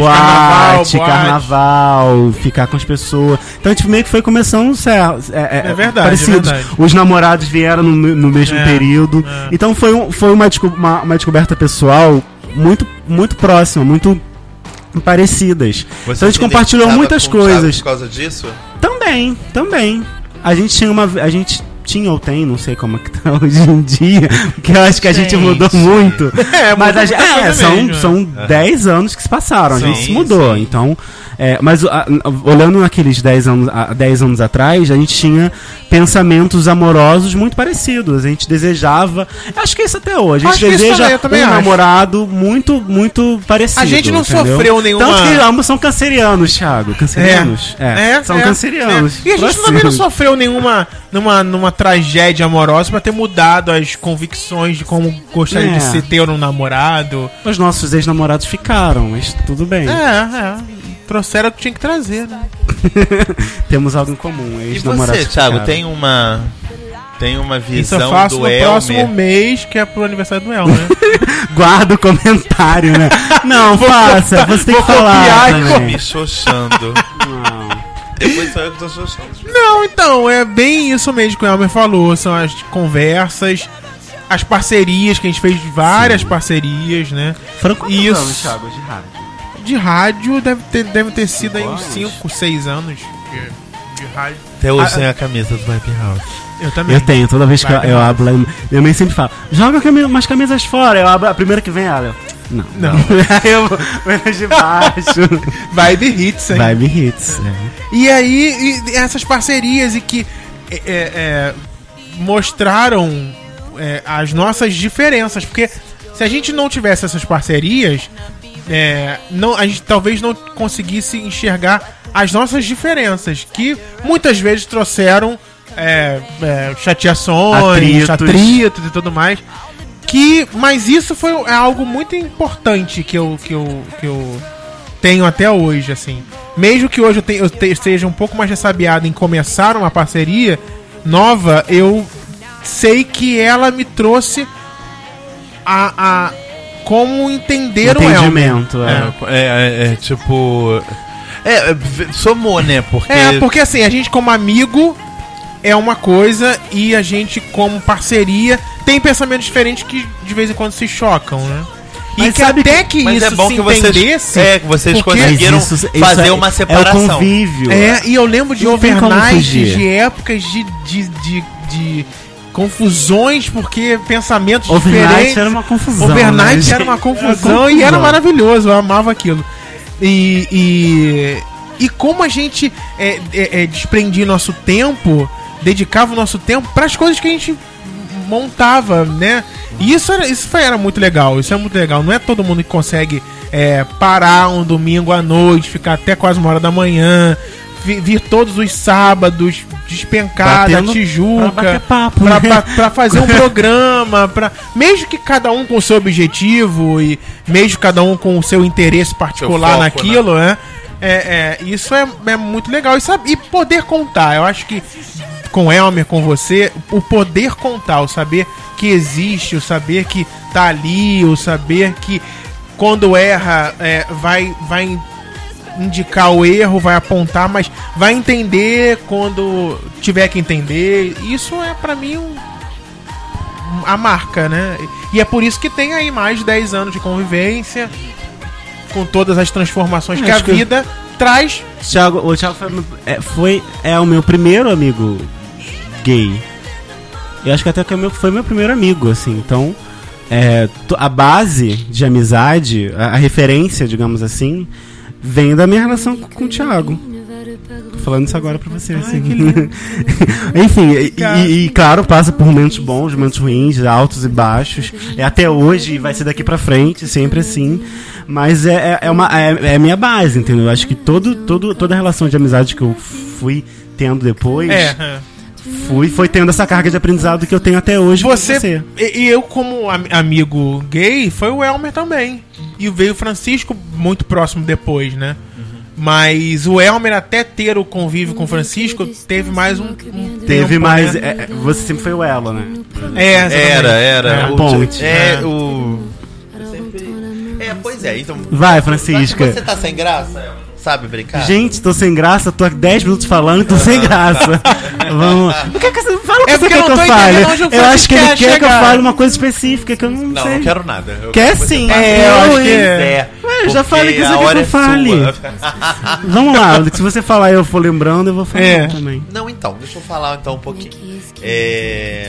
S1: boate,
S3: carnaval, boate.
S1: carnaval, ficar com as pessoas. Então a gente meio que foi começando certo. É,
S3: É verdade,
S1: parecidos.
S3: é verdade.
S1: Os namorados vieram no, me- no mesmo
S3: É,
S1: período.
S3: é.
S1: Então foi, um- foi uma, desco- uma, uma descoberta pessoal muito, muito próxima, muito parecidas. então a gente
S2: se
S1: compartilhou
S2: identificava
S1: muitas
S2: com o Thiago
S1: coisas.
S2: Por causa disso?
S1: Também, também. A gente tinha uma. A gente tinha ou tem, não sei como é que tá hoje em dia, porque eu acho que a gente,
S2: Gente.
S1: mudou muito.
S3: É,
S1: mas
S3: mudou
S1: a gente,
S3: muita
S1: é,
S3: coisa
S1: são,
S3: mesmo, né? É.
S1: são 10 anos que se passaram, a gente
S2: Sim,
S1: se mudou.
S2: sim.
S1: Então, é, mas a- olhando aqueles 10 anos, a- 10 anos atrás, a gente tinha pensamentos amorosos muito parecidos. A gente desejava, acho que é isso até hoje. A
S3: Acho
S1: gente
S3: que isso
S1: deseja
S3: também, eu também
S1: um
S3: acho.
S1: namorado muito muito parecido.
S3: A gente não
S1: entendeu?
S3: sofreu nenhuma-
S1: Tanto que ambos são cancerianos, Thiago. Cancerianos. É, são cancerianos. Tipo assim,
S3: é. E a gente
S1: Próximo.
S3: também não sofreu nenhuma numa, numa tragédia amorosa pra ter mudado as convicções de como gostaria
S1: É.
S3: de se ter um namorado.
S1: Os nossos ex-namorados ficaram, mas tudo bem.
S3: É, é. Trouxeram o que tinha que trazer, né?
S1: Temos algo em comum.
S2: E
S1: Ex-namorados
S2: você, Thiago,
S1: ficaram.
S2: tem uma. Tem uma
S3: Isso
S2: visão
S3: eu faço
S2: do
S3: no próximo
S2: Elmer.
S3: mês, que é pro aniversário do Elmer.
S1: Guarda o comentário, né? Não, faça. Você tem que
S3: vou
S1: falar.
S3: copiar e
S1: também.
S2: Me xoxando.
S1: Não.
S2: Depois sou eu que tô xoxando.
S3: Não, então, é bem isso mesmo que o Elmer falou. São as conversas, as parcerias, que a gente fez várias parcerias, né?
S1: Foram quantos
S3: Isso.
S1: anos, Thiago, de rádio?
S3: De rádio deve ter, deve ter sido aí uns
S1: anos?
S3: 5, 6 anos de, de rádio.
S2: Até hoje
S3: Ah,
S2: tem a camisa do Happy House.
S3: Eu também.
S1: Eu tenho, toda vez que eu,
S3: Vai,
S1: eu
S3: vai.
S1: abro lá, minha mãe sempre fala: joga cami- umas camisas fora. Eu abro a primeira que vem, ela. eu, Não.
S3: Não.
S1: Aí eu vou vou de baixo.
S3: Vibe hits, hein?
S1: Vibe hits. é.
S3: E aí, e- e essas parcerias e que é, é, é, mostraram é, as nossas diferenças, porque se a gente não tivesse essas parcerias, é, não, a gente talvez não conseguisse enxergar as nossas diferenças, que muitas vezes trouxeram é, é, chateações,
S1: Atritos.
S3: atritos e tudo mais. Que, mas isso foi é algo muito importante que eu, que eu, que eu tenho até hoje, assim. Mesmo que hoje eu, tenha- eu te- seja um pouco mais ressabiado em começar uma parceria nova, eu sei que ela me trouxe a, a como entender o Elmer.
S1: Entendimento, é.
S2: É, é, é, tipo. É, é, v- somou, né? Porque.
S3: É, porque assim, a gente como amigo é uma coisa e a gente como parceria tem pensamentos diferentes que de vez em quando se chocam, né? E
S1: Mas
S3: que
S1: sabe
S3: até que,
S2: Mas
S3: isso
S2: é bom
S3: se
S2: que vocês,
S3: entendesse...
S2: é, que vocês
S3: porque-
S1: Mas
S2: conseguiram
S1: isso- isso
S2: fazer
S1: é-
S2: uma
S1: É o
S2: separação.
S1: convívio.
S3: É, e eu lembro de
S1: Não tem como
S3: overnights,
S1: fugir.
S3: de épocas de, de, de, de confusões, porque pensamentos
S1: Overnight
S3: diferentes.
S1: era uma confusão.
S3: overnight
S1: né,
S3: era uma
S1: gente?
S3: confusão e era maravilhoso, eu amava aquilo. E, e, e como a gente é, é, é, desprendia o nosso tempo, dedicava o nosso tempo para as coisas que a gente montava, né? E isso era, isso foi, era muito legal, isso é muito legal. Não é todo mundo que consegue é, parar um domingo à noite, ficar até quase uma hora da manhã, vi- vir, todos os sábados, despencar da
S1: Batendo
S3: Tijuca,
S1: pra bater papo,
S3: pra-
S1: né?
S3: pra- pra fazer um programa, pra, mesmo que cada um com o seu objetivo e mesmo cada um com o seu interesse particular
S2: foco,
S3: naquilo, né? É, é, isso é, é muito legal. E, sabe- e poder contar, eu acho que com o Elmer, com você, o poder contar, o saber que existe, o saber que tá ali, o saber que quando erra é, vai, vai indicar o erro, vai apontar, mas vai entender quando tiver que entender. Isso é pra mim um- a marca, né? E é por isso que tem aí mais de 10 anos de convivência com todas as transformações
S1: É,
S3: que a
S1: acho que-
S3: vida traz.
S1: Thiago, o Thiago foi, é, foi- é o meu primeiro amigo gay. Eu acho que até que é meu, foi meu primeiro amigo, assim. Então, é, to- a base de amizade, a, a referência, digamos assim, vem da minha relação com, com o Thiago. falando isso agora pra você. assim.
S3: que lindo.
S1: Enfim, e, e- e, claro, passa por momentos bons, momentos ruins, altos e baixos. É até hoje e vai ser daqui pra frente, sempre assim. Mas é, é, é uma, é, é minha base, entendeu? Eu acho que todo, todo, toda a relação de amizade que eu fui tendo depois,
S3: É.
S1: fui, foi tendo essa carga de aprendizado que eu tenho até hoje com
S3: Você, e e eu como am- amigo gay, foi o Elmer também. E veio o Francisco muito próximo depois, né? Mas o Elmer até ter o convívio com o Francisco, teve mais um, um
S1: Teve
S3: tempo,
S1: mais.
S3: né?
S1: é- é, você sempre foi o elo, né?
S3: É,
S2: Era,
S3: exatamente.
S2: era.
S1: É,
S2: o,
S1: ponte.
S2: É, o. É, pois é, então.
S1: Vai,
S2: Mas
S1: Francisca.
S2: Você tá sem graça? Sabe brincar?
S1: Gente, tô sem graça, tô há 10 minutos falando, tô sem graça. Vamos. O que é que você fala o que
S3: É
S1: você
S3: porque
S1: quer
S3: eu
S1: que
S3: não
S1: eu
S3: tô
S1: fale?
S3: entendendo onde o
S1: Eu
S3: Francisco
S1: acho que ele
S3: quer
S1: quer que eu
S3: chegar.
S1: fale uma coisa específica que eu não,
S2: Não,
S1: sei.
S2: não quero nada. Eu
S1: Quer
S2: quero que você
S1: sim.
S2: faça
S3: É, eu
S2: o
S3: acho
S2: você
S3: que é.
S2: quiser,
S1: Ué, eu já
S2: porque
S1: falei que
S2: a
S1: você quer
S2: hora é
S1: que eu fale.
S2: sua.
S1: Vamos lá, se você falar e eu for lembrando, eu vou falar
S3: É.
S1: também.
S2: Não, então, deixa eu falar então um pouquinho. É,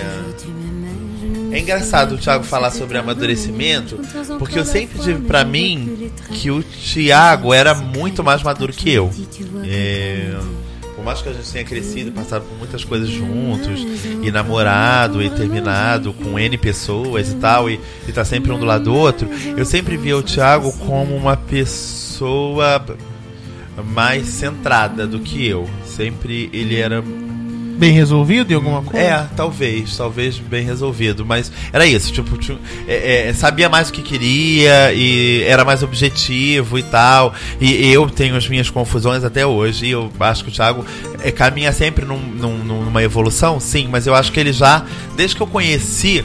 S2: é engraçado o Thiago falar sobre amadurecimento, porque eu sempre tive pra mim que o Thiago era muito mais maduro que eu. É, por mais que a gente tenha crescido, passado por muitas coisas juntos, e namorado, e terminado com N pessoas e tal, e, e tá sempre um do lado do outro, eu sempre via o Thiago como uma pessoa mais centrada do que eu. Sempre ele era
S3: Bem resolvido em alguma coisa?
S2: é, talvez, talvez bem resolvido, mas era isso, tipo, tinha- é, é, sabia mais o que queria e era mais objetivo e tal. E eu tenho as minhas confusões até hoje, e eu acho que o Thiago é, caminha sempre num- num- numa evolução, sim, mas eu acho que ele já, desde que eu conheci,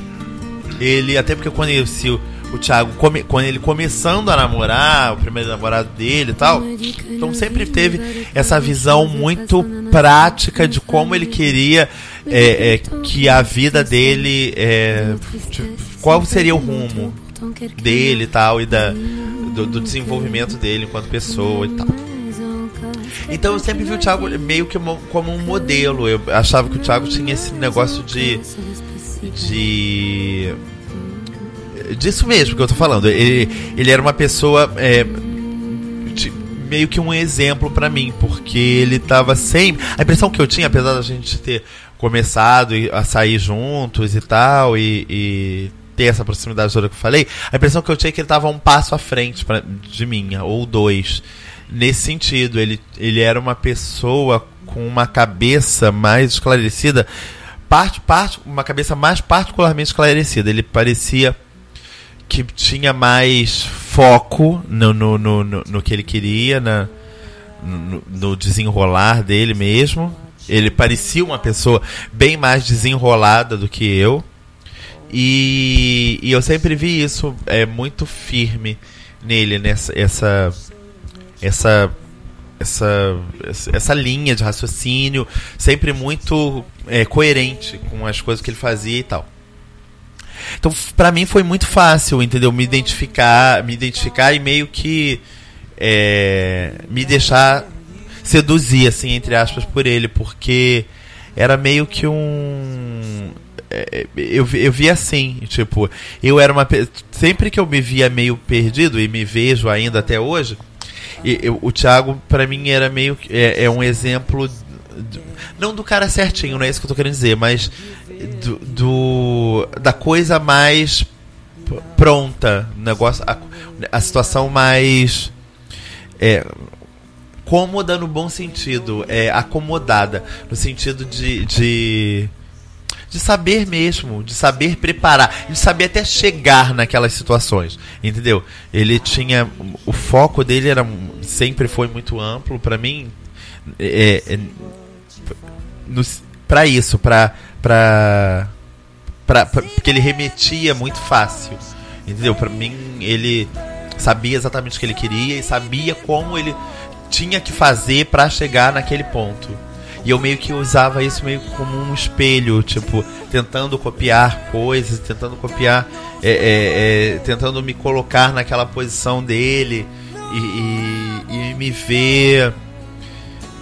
S2: ele, até porque eu conheci o, o Thiago come- quando ele começando a namorar, o primeiro namorado dele e tal. Então sempre teve essa visão muito prática de como ele queria é, é, que a vida dele. é, tipo, qual seria o rumo dele e tal, e da, do, do desenvolvimento dele enquanto pessoa e tal. Então eu sempre vi o Thiago meio que mo- como um modelo. Eu achava que o Thiago tinha esse negócio de de. Disso mesmo que eu tô falando. Ele, ele era uma pessoa. é, ti- meio que um exemplo pra mim, porque ele tava sempre. A impressão que eu tinha, apesar da gente ter começado e- a sair juntos e tal, e. e ter essa proximidade toda que eu falei, a impressão que eu tinha é que ele tava um passo à frente pra- de mim, ou dois. Nesse sentido, ele, ele era uma pessoa com uma cabeça mais esclarecida parte, parte, uma cabeça mais particularmente esclarecida. Ele parecia que tinha mais foco no, no, no, no, no que ele queria, na, no, no desenrolar dele mesmo. Ele parecia uma pessoa bem mais desenrolada do que eu. E, e eu sempre vi isso é muito firme nele, nessa essa, essa essa, essa- essa linha de raciocínio, sempre muito é, coerente com as coisas que ele fazia e tal. Então, f- pra mim foi muito fácil, entendeu? Me identificar, me identificar e meio que é, me deixar seduzir, assim, entre aspas, por ele, porque era meio que um. é, Eu, vi- eu vi assim, tipo, eu era uma. pe- Sempre que eu me via meio perdido, e me vejo ainda até hoje, e- eu- o Thiago, pra mim, era meio que. É, é um exemplo. do- não do cara certinho, não é isso que eu tô querendo dizer, mas do, do- da coisa mais p- pronta, o negócio, a, a situação mais é, cômoda no bom sentido, é acomodada no sentido de, de de saber mesmo, de saber preparar, de saber até chegar naquelas situações, entendeu? Ele tinha o foco dele era sempre foi muito amplo pra mim, é, é, no- pra isso, pra para pra, pra- porque ele remetia muito fácil, entendeu? Pra mim ele sabia exatamente o que ele queria e sabia como ele tinha que fazer pra chegar naquele ponto. E eu meio que usava isso meio como um espelho, tipo, tentando copiar coisas, tentando copiar, é, é, é, tentando me colocar naquela posição dele e- e- e me ver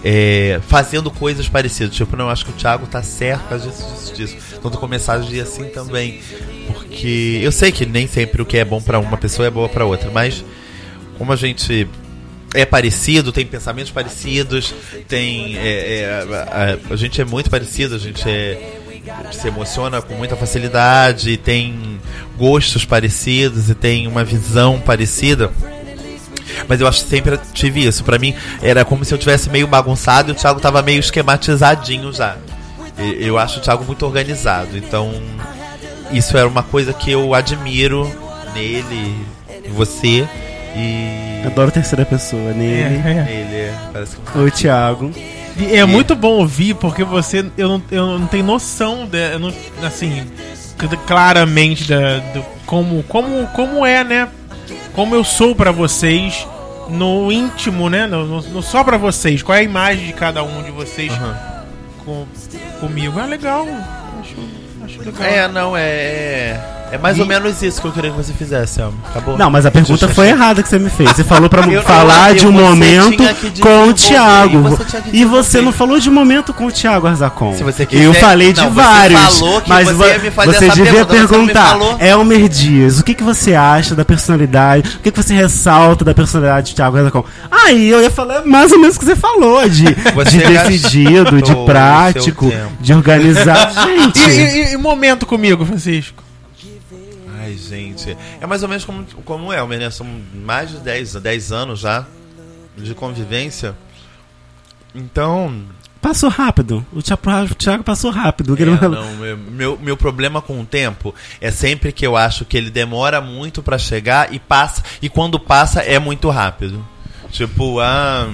S2: é, fazendo coisas parecidas. Tipo, não, acho que o Thiago tá certo por causa disso, disso, disso. Então tu começar a agir assim também. Porque eu sei que nem sempre o que é bom pra uma pessoa é boa pra outra, mas como a gente é parecido, tem pensamentos parecidos, tem. é, é, a, a- a gente é muito parecido, a gente é. Se emociona com muita facilidade, e tem gostos parecidos e tem uma visão parecida. Mas eu acho que sempre tive isso. Pra mim, era como se eu tivesse meio bagunçado e o Thiago tava meio esquematizadinho já. E- Eu acho o Thiago muito organizado. Então, isso era uma coisa que eu admiro nele, em você e.
S1: Adoro terceira pessoa, nele.
S3: É,
S2: Ele é- parece que.
S1: O Thiago.
S3: é. E é muito bom ouvir, porque você. Eu não, eu não tenho noção. De, eu não, assim. c- Claramente da, do, como, como, como é, né? Como eu sou pra vocês. No íntimo, né? No, no- no- só pra vocês. Qual é a imagem de cada um de vocês
S2: Aham.
S3: com, comigo? É legal. Acho, acho legal.
S2: É, não, é. É mais ou menos isso que eu queria que você fizesse, amor. Acabou?
S1: Não, mas a pergunta
S2: Deixa eu
S1: foi
S2: achar.
S1: errada que você me fez. Você falou pra
S2: Eu-
S1: falar
S2: eu-
S1: de um
S2: você
S1: momento
S2: tinha que
S1: com
S2: desenvolver,
S1: o Thiago.
S2: você tinha que
S1: E você
S2: desenvolver.
S1: não falou de um momento com o Thiago Arzacon.
S2: Então, Se você
S1: eu
S2: quiser-
S1: falei de
S2: não, você
S1: vários.
S2: falou que
S1: mas
S2: você
S1: vo-
S2: ia me fazer
S1: você
S2: essa
S1: devia
S2: pergunta, mas você não me
S1: perguntar.
S2: falou.
S1: Elmer Dias, o que, que você acha da personalidade? O que, que você ressalta da personalidade de Thiago Arzacon? Aí eu ia falar mais ou menos o que você falou: de,
S2: Você
S1: de decidido, de
S2: gastou o
S1: prático,
S2: seu tempo.
S1: de organizado.
S3: E,
S1: Gente.
S3: e- e- e momento comigo, Francisco?
S2: Ai, gente. É mais ou menos como, como é, né? São mais de 10, 10 anos já de convivência. Então,
S1: Passou rápido. O Thiago, o Thiago passou rápido.
S2: é,
S1: Ele não-
S2: não, meu- meu, meu problema com o tempo é sempre que eu acho que ele demora muito pra chegar e passa. E quando passa é muito rápido. Tipo, ah,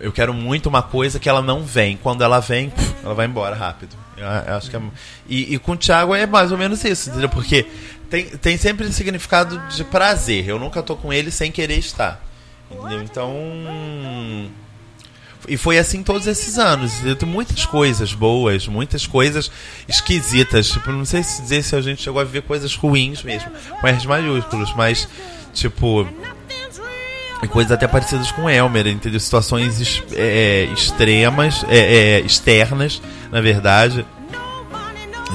S2: eu quero muito uma coisa que ela não vem. Quando ela vem, pff, ela vai embora rápido. Eu a- eu acho que é- e, e com o Thiago é mais ou menos isso, entendeu? Porque tem, tem sempre esse significado de prazer. Eu nunca tô com ele sem querer estar. Entendeu? Então. E foi assim todos esses anos. Eu tenho muitas coisas boas, muitas coisas esquisitas. Tipo, não sei se dizer se a gente chegou a viver coisas ruins mesmo, com R's maiúsculos, mas, tipo, e coisas até parecidas com o Elmer, entendeu? Situações es- é, extremas, é, é, externas, na verdade,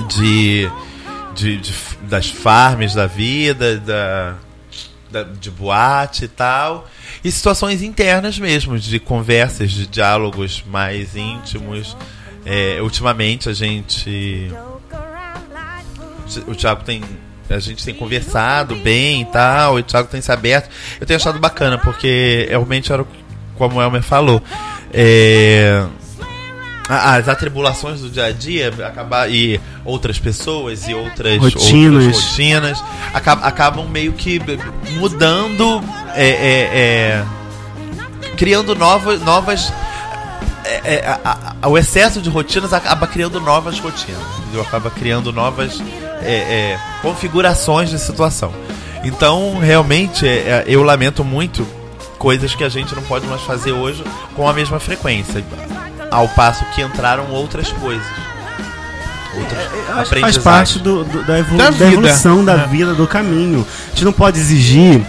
S2: de, de- de f- das farms da vida, da, da- de boate e tal, e situações internas mesmo, de conversas, de diálogos mais íntimos. É, ultimamente a gente o Thiago tem. A gente tem conversado bem e tal, e o Thiago tem se aberto. Eu tenho achado bacana, porque realmente era o- como o Elmer falou. É, a- Ah, as atribulações do dia a dia acabar, e outras pessoas e outras
S1: Rotinas.
S2: outras rotinas aca- acabam meio que mudando. é, é, é, criando novas. novas é, é, a- a- o excesso de rotinas acaba criando novas rotinas, entendeu? acaba criando novas é, é, configurações de situação. Então, realmente, é, é, eu lamento muito coisas que a gente não pode mais fazer hoje com a mesma frequência, ao passo que entraram outras coisas.
S1: É,
S2: Outras
S1: faz
S2: aprendizagens.
S1: parte do- do- da, evolu-
S3: Da
S1: da
S3: vida.
S1: evolução da
S3: É.
S1: vida, do caminho. A gente não pode exigir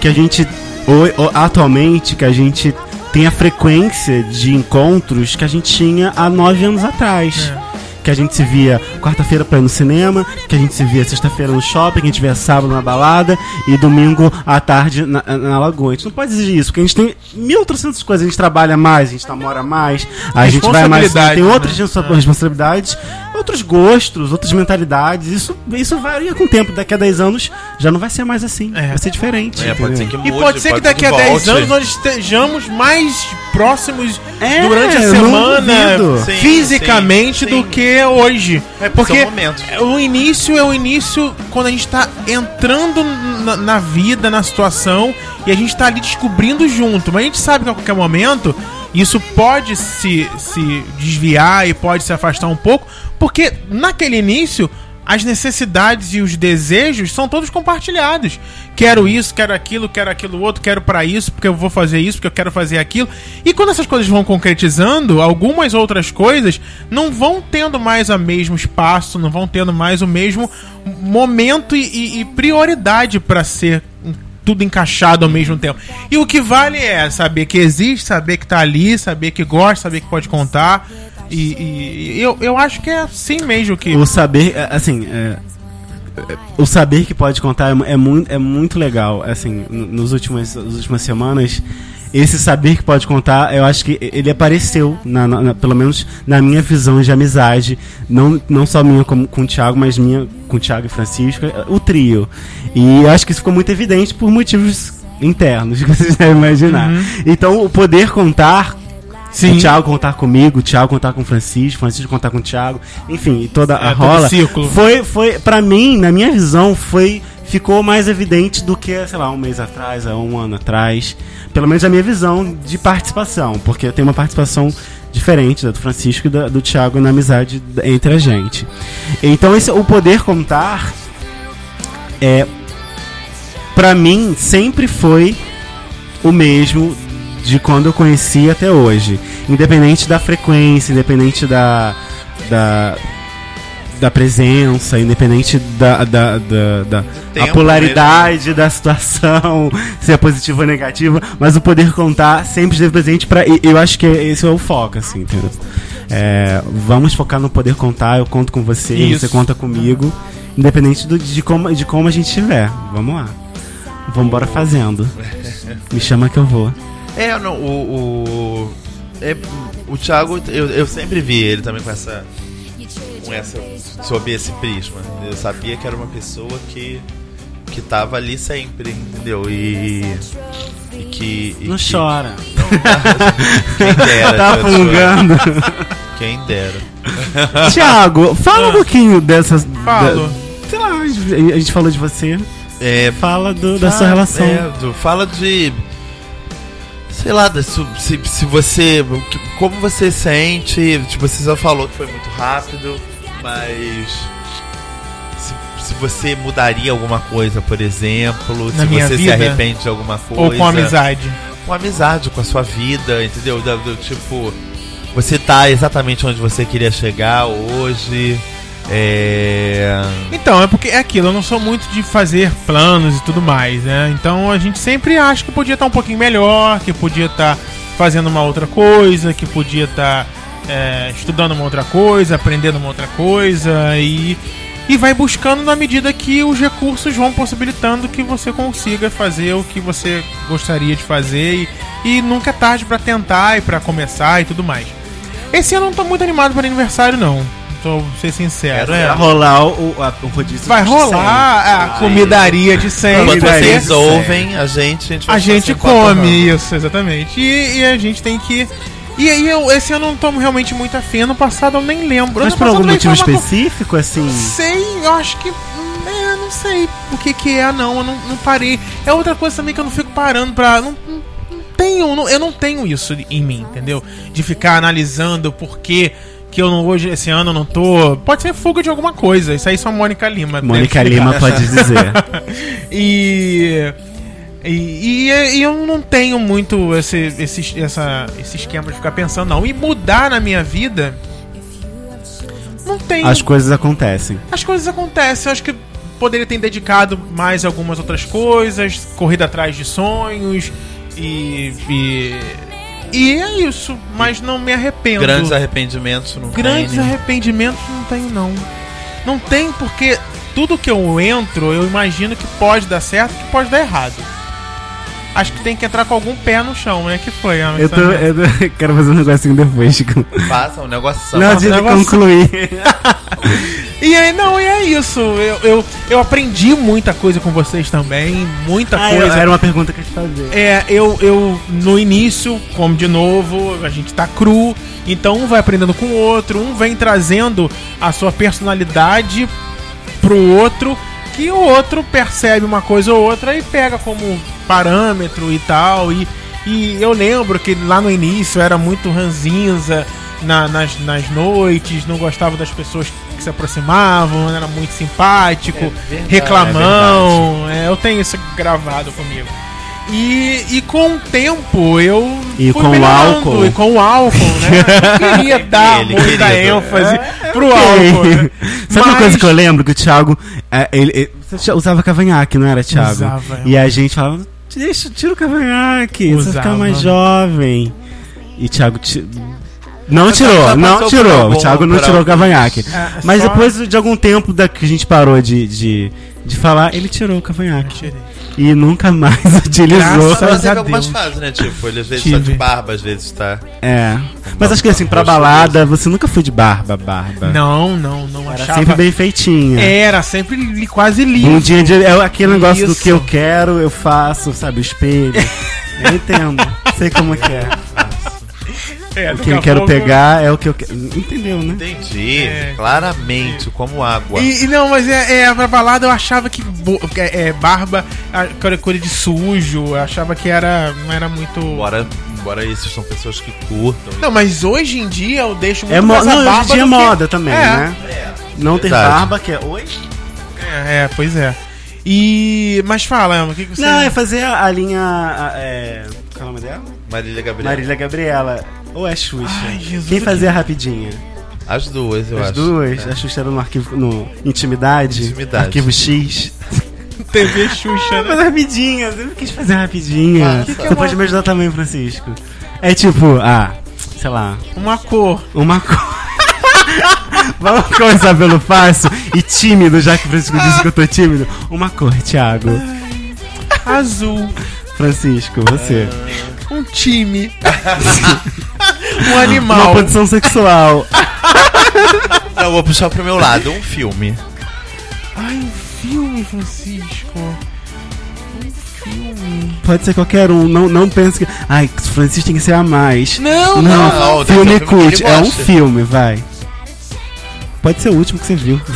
S1: que a gente, ho- ho- atualmente, que a gente tenha frequência de encontros que a gente tinha há nove anos atrás.
S3: É.
S1: Que a gente se via quarta-feira pra ir no cinema, que a gente se via sexta-feira no shopping, que a gente via sábado na balada e domingo à tarde na, na lagoa. A gente não pode exigir isso, porque a gente tem 1.300 coisas. A gente trabalha mais, a gente namora mais, a gente vai mais.
S3: Responsabilidade,
S1: Tem outras
S3: né?
S1: responsa- responsabilidades, outros gostos, outras mentalidades. Isso, isso varia com o tempo. Daqui a 10 anos já não vai ser mais assim.
S3: É.
S1: Vai ser diferente.
S2: É, pode ser que
S3: E
S2: mude,
S3: pode ser que daqui a
S2: volte.
S3: 10 anos nós estejamos mais próximos
S1: É,
S3: durante a
S1: eu não
S3: semana
S1: duvido.
S2: Sim,
S3: fisicamente
S2: sim, sim.
S3: do que hoje.
S2: É,
S3: porque
S2: são momentos.
S3: o início é o início quando a gente tá entrando na, na vida, na situação, e a gente tá ali descobrindo junto. Mas a gente sabe que a qualquer momento isso pode se, se desviar e pode se afastar um pouco, porque naquele início. As necessidades e os desejos são todos compartilhados. Quero isso, quero aquilo, quero aquilo outro, quero pra isso, porque eu vou fazer isso, porque eu quero fazer aquilo. E quando essas coisas vão concretizando, algumas outras coisas não vão tendo mais o mesmo espaço, não vão tendo mais o mesmo momento e, e- e prioridade pra ser tudo encaixado ao mesmo tempo. E o que vale é saber que existe, saber que tá ali, saber que gosta, saber que pode contar. E, e- e eu, eu acho que é assim mesmo que.
S1: O saber, é, assim, é, o saber que pode contar é, mu- é muito, é muito legal. Assim, n- nos últimos, nas últimas semanas, esse saber que pode contar, eu acho que ele apareceu, na, na- na- pelo menos na minha visão de amizade. Não, não só minha como, com o Thiago, mas minha com o Thiago e Francisco, eh, o trio. E eu acho que isso ficou muito evidente por motivos internos, que vocês devem imaginar. Então, o poder contar
S3: Uhum. Sim.
S1: o Thiago contar comigo, o Thiago contar com o Francisco, o Francisco contar com o Thiago, enfim, e toda a
S3: É, todo
S1: rola.
S3: círculo.
S1: Foi, foi, pra mim, na minha visão, foi. Ficou mais evidente do que, sei lá, um mês atrás, há um ano atrás. Pelo menos a minha visão de participação, porque eu tenho uma participação diferente da do Francisco e da, do Thiago na amizade d- entre a gente. Então, esse, o poder contar é para mim sempre foi o mesmo de quando eu conheci até hoje, independente da frequência, independente da da, da presença, independente da da, da, da- a
S2: tempo
S1: polaridade da situação, se é positiva ou negativa, mas o poder contar sempre esteve presente para eu acho que esse é o foco assim, entendeu? É, vamos focar no poder contar, eu conto com você,
S3: Isso.
S1: você conta comigo, independente do- de como de como a gente estiver. Vamos lá. Vamos embora fazendo. Me chama que eu vou.
S2: É, não, o. O, é, o Thiago, eu, eu sempre vi ele também com essa. Com essa. Sob esse prisma. Eu sabia que era uma pessoa que. Que tava ali sempre, entendeu? E. E que. e
S1: Não
S2: que-
S1: chora.
S2: Quem dera.
S1: Tá
S2: Deus,
S1: fungando.
S2: Quem dera.
S1: Tiago, fala um pouquinho dessas.
S3: Falo.
S1: da- sei lá, a gente falou de você.
S2: É,
S1: Fala do- da sua
S2: Ah,
S1: relação.
S2: é, do- fala de. Sei lá, da su- se, se você. o que- Como você sente. Tipo, você já falou que foi muito rápido, mas. Se, se você mudaria alguma coisa, por exemplo.
S3: Na
S2: se
S3: minha
S2: você se
S3: vida?
S2: arrepende de alguma coisa.
S3: Ou com amizade.
S2: Com amizade, com a sua vida, entendeu? Da- do tipo. Você tá exatamente onde você queria chegar hoje. É.
S3: Então, é porque é aquilo, eu não sou muito de fazer planos e tudo mais, né? Então a gente sempre acha que podia estar um pouquinho melhor, que podia estar fazendo uma outra coisa, que podia estar é, estudando uma outra coisa, aprendendo uma outra coisa e, e vai buscando na medida que os recursos vão possibilitando que você consiga fazer o que você gostaria de fazer e, e nunca é tarde pra tentar e pra começar e tudo mais. Esse ano eu não tô muito animado para aniversário, não. Tô ser sincero,
S2: Essa é
S3: é.
S1: Vai rolar o, o, a- o rodízio.
S3: Vai
S1: de
S3: rolar a comidaria de
S2: Quando
S1: Comida
S3: sempre. né?
S2: vocês
S1: isso,
S2: ouvem, a gente. A gente, vai
S3: A gente
S2: passar sem
S3: come, isso, exatamente. E, e a gente tem que. E aí, eu, esse ano eu não tomo realmente muita fé. Ano passado eu nem lembro.
S1: Mas por
S3: Ano passado
S1: algum
S3: nem
S1: motivo
S3: foi uma co-
S1: específico, assim.
S3: Não sei, eu acho que. hum, É, eu não sei o que que é, não. Eu não, não parei. É outra coisa também que eu não fico parando pra. Não, não- não tenho, não- eu não tenho isso em mim, entendeu? De ficar analisando por que que eu não hoje, esse ano eu não tô. Pode ser fuga de alguma coisa. Isso aí só a Mônica Lima. né? deve
S1: Mônica
S3: explicar.
S1: Lima pode dizer.
S3: E, e, e- e eu não tenho muito esse, esse, essa, esse esquema de ficar pensando, não. E mudar na minha vida. Não tem.
S1: As coisas acontecem.
S3: As coisas acontecem. Eu acho que poderia ter dedicado mais a algumas outras coisas, corrido atrás de sonhos e. E, e é isso. Mas não me arrependo.
S2: Grandes arrependimentos não
S3: Grandes
S2: tem. né?
S3: arrependimentos não tenho, não. Não tem porque tudo que eu entro, eu imagino que pode dar certo, que pode dar errado. Acho que tem que entrar com algum pé no chão, né? Que foi, a
S1: Eu, tô, eu tô- quero fazer um negocinho depois, Chico.
S2: Passa um negócio.
S1: Não, de
S3: negócio-
S1: concluir.
S3: E aí, não, e é isso. Eu, eu, eu aprendi muita coisa com vocês também, muita
S1: Ah, eu-
S3: coisa.
S1: era uma pergunta que eu ia te fazer.
S3: É, eu, eu no início, como de novo, a gente tá cru, então um vai aprendendo com o outro, um vem trazendo a sua personalidade pro outro, que o outro percebe uma coisa ou outra e pega como parâmetro e tal. E, e eu lembro que lá no início eu era muito ranzinza na- nas, nas noites, não gostava das pessoas que se aproximavam, era muito
S2: É.
S3: simpático, reclamão. é, eu tenho isso gravado comigo. E, e com o tempo eu.
S1: E
S3: fui
S1: com o
S3: melhorando,
S1: álcool.
S3: E com o álcool, né? Eu queria né? dar
S2: Ele,
S3: muita
S2: querido.
S3: ênfase
S1: É,
S3: pro
S1: Ok.
S3: álcool. né?
S1: Sabe uma
S3: Mas-
S1: coisa que eu lembro? Que o Thiago. é, ele, ele- você usava cavanhaque, não era, Thiago?
S3: Usava. é.
S1: E a gente falava: Deixa, tira o cavanhaque, você
S3: Usava.
S1: fica mais jovem. E Thiago. ti- Não tirou,
S2: passou
S1: não
S2: por
S1: tirou.
S2: algum-
S1: O Thiago não
S2: por
S1: tirou o
S2: alguns-
S1: cavanhaque.
S3: É,
S1: Mas
S3: só-
S1: depois de algum tempo da que a gente parou de, de, de falar, ele tirou o cavanhaque.
S3: Tirei.
S1: E nunca mais utilizou.
S3: Graças
S2: Mas
S3: a
S2: teve algumas
S3: Deus.
S2: fases, né? Tipo, ele às vezes tá
S3: Tive.
S2: de barba, às vezes tá.
S1: É. Mas acho que assim, pra balada, você nunca foi de barba,
S3: Tá.
S1: barba.
S3: Não, não, não
S1: Era
S3: achava. É
S1: sempre bem feitinha.
S3: Era sempre li- quase
S1: Um
S3: livre.
S1: dia de, é aquele negócio do
S3: Isso.
S1: que eu quero, eu faço, sabe, o espelho. eu entendo. Sei como que é.
S3: É,
S1: O
S3: daqui
S1: que eu
S3: a
S1: quero
S3: pouco-
S1: pegar é o que eu quero. Entendeu, né?
S2: Entendi,
S3: É.
S2: claramente, como água.
S3: E, e não, mas é, é pra balada eu achava que bo- é, é, barba a- que era coisa de sujo, eu achava que era não era muito.
S2: Embora, embora esses são pessoas que curtam.
S3: Não, mas hoje em dia eu deixo muito
S1: É mo-
S3: mais a
S1: não, hoje em
S3: barba
S1: dia é
S3: do que-
S1: moda também,
S3: É,
S1: né? Não ter
S2: Verdade.
S1: barba, que é. Oi?
S3: É, é, pois é. E mas fala, Elma, o que, que você
S1: Não, é fazer a, a linha. a- é, Qual é o nome dela?
S2: Marília Gabriel.
S1: Marília Gabriela. Ou é a Xuxa?
S3: Ai, Jesus,
S1: Quem
S3: que-
S1: fazia rapidinha?
S2: As duas, eu
S1: As
S2: acho. É.
S3: né?
S1: duas. A Xuxa era no arquivo. No Intimidade.
S2: Intimidade.
S1: Arquivo X.
S3: TV Xuxa, né?
S1: Mas rapidinha, eu sempre quis fazer rapidinha.
S2: Ah, que que
S1: Você pode me ajudar também, Francisco. É tipo, ah, sei lá,
S3: Uma cor.
S1: uma coisa. Vamos começar pelo fácil e tímido, já que o Francisco disse que eu tô tímido. Uma cor, Thiago.
S3: Azul.
S1: Francisco, você.
S3: Um time. um
S1: Uma
S3: animal.
S1: condição sexual.
S2: Não, eu vou puxar pro meu lado. Um filme.
S3: Ai, um filme, Francisco. Um filme.
S1: Pode ser qualquer um. Não, não pense que. Ai, Francisco tem que ser a mais. Não,
S3: Não,
S2: não,
S1: filme
S2: tem que ser um filme que
S1: cult.
S2: ele
S1: É um
S2: gosta.
S1: filme, vai. Pode ser o último que você viu.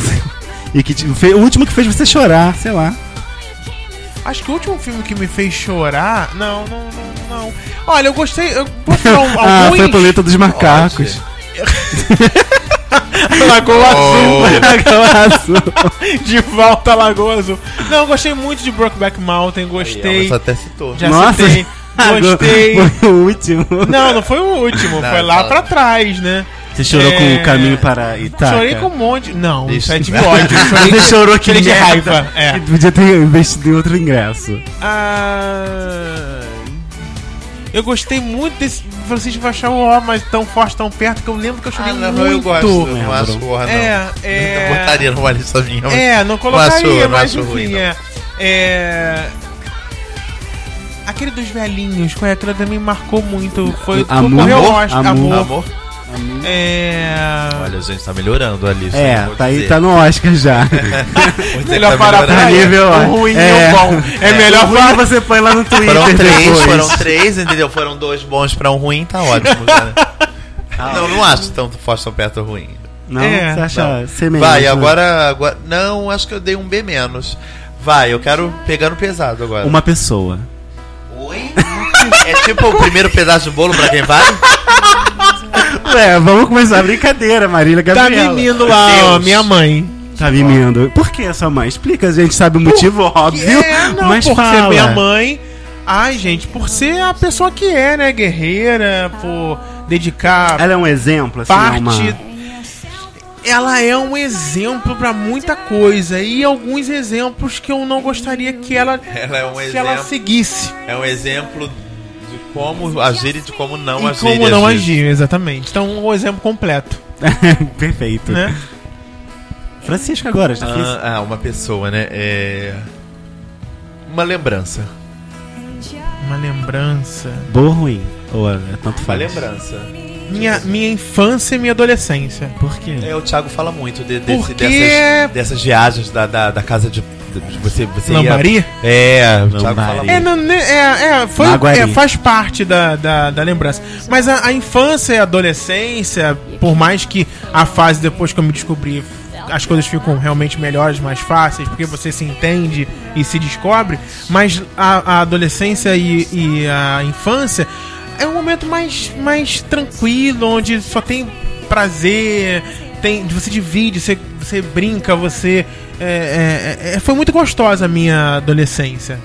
S1: E que te- fe- o último que fez você chorar, sei lá.
S3: Acho que o último filme que me fez chorar. Não, não, não, não. Olha, eu gostei. Eu vou falar um,
S1: Ah, foi a
S3: alguns.
S1: planeta dos macacos.
S3: Lagoa
S2: Oh.
S1: Aquela azul.
S3: Azul. De volta a Lagoa Azul. Não, eu gostei muito de Brokeback Mountain.
S2: Aí,
S3: Gostei.
S2: ela até citou.
S3: Já
S1: Nossa.
S3: citei. Gostei.
S1: Foi o último.
S3: Não, não foi o último.
S2: Não,
S3: foi lá
S2: não.
S3: pra trás, né?
S1: Você chorou
S3: É.
S1: com o caminho para Itália.
S3: Chorei com um monte. Não,
S2: Isso.
S3: isso aí tive ódio. Chorei,
S1: Você chorou que
S3: chorei de
S1: merda.
S3: raiva. É.
S1: Que Podia ter investido em outro ingresso.
S3: Ah, eu gostei muito desse. Francisco vai achar o ó, mas tão forte, tão perto que eu lembro que eu chorei
S2: Ah, não,
S3: muito.
S2: eu gosto. Eu
S1: lembro.
S2: não acho porra, não.
S3: É,
S2: Eu
S3: é.
S2: botaria numa lista minha. mas-
S3: É, não
S2: achou-
S3: colocaria,
S2: não
S3: mas
S2: achou ruim,
S3: enfim,
S2: não.
S3: é. É. Aquele dos velhinhos, qual é? Aquela também marcou muito. Foi
S1: Amor,
S3: concorreu ao Oscar,
S1: amor.
S3: amor.
S2: tá, Amor?
S3: É.
S2: Olha, a gente tá melhorando a lista.
S1: É,
S2: vou
S1: tá aí,
S2: dizer.
S1: tá no Oscar já.
S2: Vou dizer que
S3: Melhor
S2: tá
S3: para a
S2: melhorando.
S1: praia. nível,
S3: o
S1: ó.
S3: ruim
S1: É.
S3: e o bom. É melhor
S1: O
S3: para
S1: ruim você põe lá no Twitter
S2: Foram três,
S1: depois.
S2: foram três, entendeu? Foram dois bons pra um ruim, tá ótimo já, né? Não, não acho tanto forte tão perto ruim.
S1: Não,
S3: É,
S1: você acha semelhante. né?
S2: Vai, agora, agora. Não, acho que eu dei um B menos. Vai, eu quero pegar no pesado agora.
S1: Uma pessoa.
S2: Oi? É tipo o primeiro pedaço de bolo pra quem vai?
S1: Ué, É, vamos começar a brincadeira, Marília
S3: Tá
S1: Gabriela.
S3: mimindo lá, ó,
S2: Deus.
S3: minha mãe.
S1: Tá mimindo. Por que sua mãe? Explica, a gente sabe o motivo, óbvio.
S3: É, não,
S1: mas
S3: por
S1: fala.
S3: ser minha mãe. Ai, gente, por ser a pessoa que é, né? Guerreira, por dedicar
S1: Ela é um exemplo, assim, é
S3: parte.
S1: uma...
S3: Ela é um exemplo pra muita coisa. E alguns exemplos que eu não gostaria que ela,
S2: Ela é um
S3: que
S2: exemplo.
S3: ela seguisse.
S2: É um exemplo de como agir e de como não
S3: e
S2: agir.
S3: como
S2: às
S3: não
S2: vezes.
S3: agir, exatamente. Então, um exemplo completo,
S1: Perfeito.
S3: né?
S1: Francisco agora, já fiz.
S2: Ah, ah, uma pessoa, né? É. Uma lembrança.
S3: Uma lembrança.
S1: Boa ou ruim? Ou é, tanto
S2: Uma
S1: faz?
S2: lembrança.
S3: Minha, minha infância e minha adolescência.
S1: Por quê?
S2: É, o Thiago fala muito de,
S3: Porque-
S2: desse, dessas, dessas viagens da, da, da casa de. de você, você ia-
S3: Lambari?
S2: É, o Thiago
S1: Lambari.
S2: fala
S3: É,
S2: muito.
S3: não, né, é, é, foi,
S1: Maguari.
S3: é, faz parte da, da, da lembrança. Mas a, a infância e a adolescência, por mais que a fase depois que eu me descobri, as coisas ficam realmente melhores, mais fáceis, porque você se entende e se descobre, mas a, a adolescência e, e a infância é um momento mais, mais tranquilo, onde só tem prazer, tem, você divide, você, você brinca, você. é, é, é, foi muito gostosa a minha adolescência.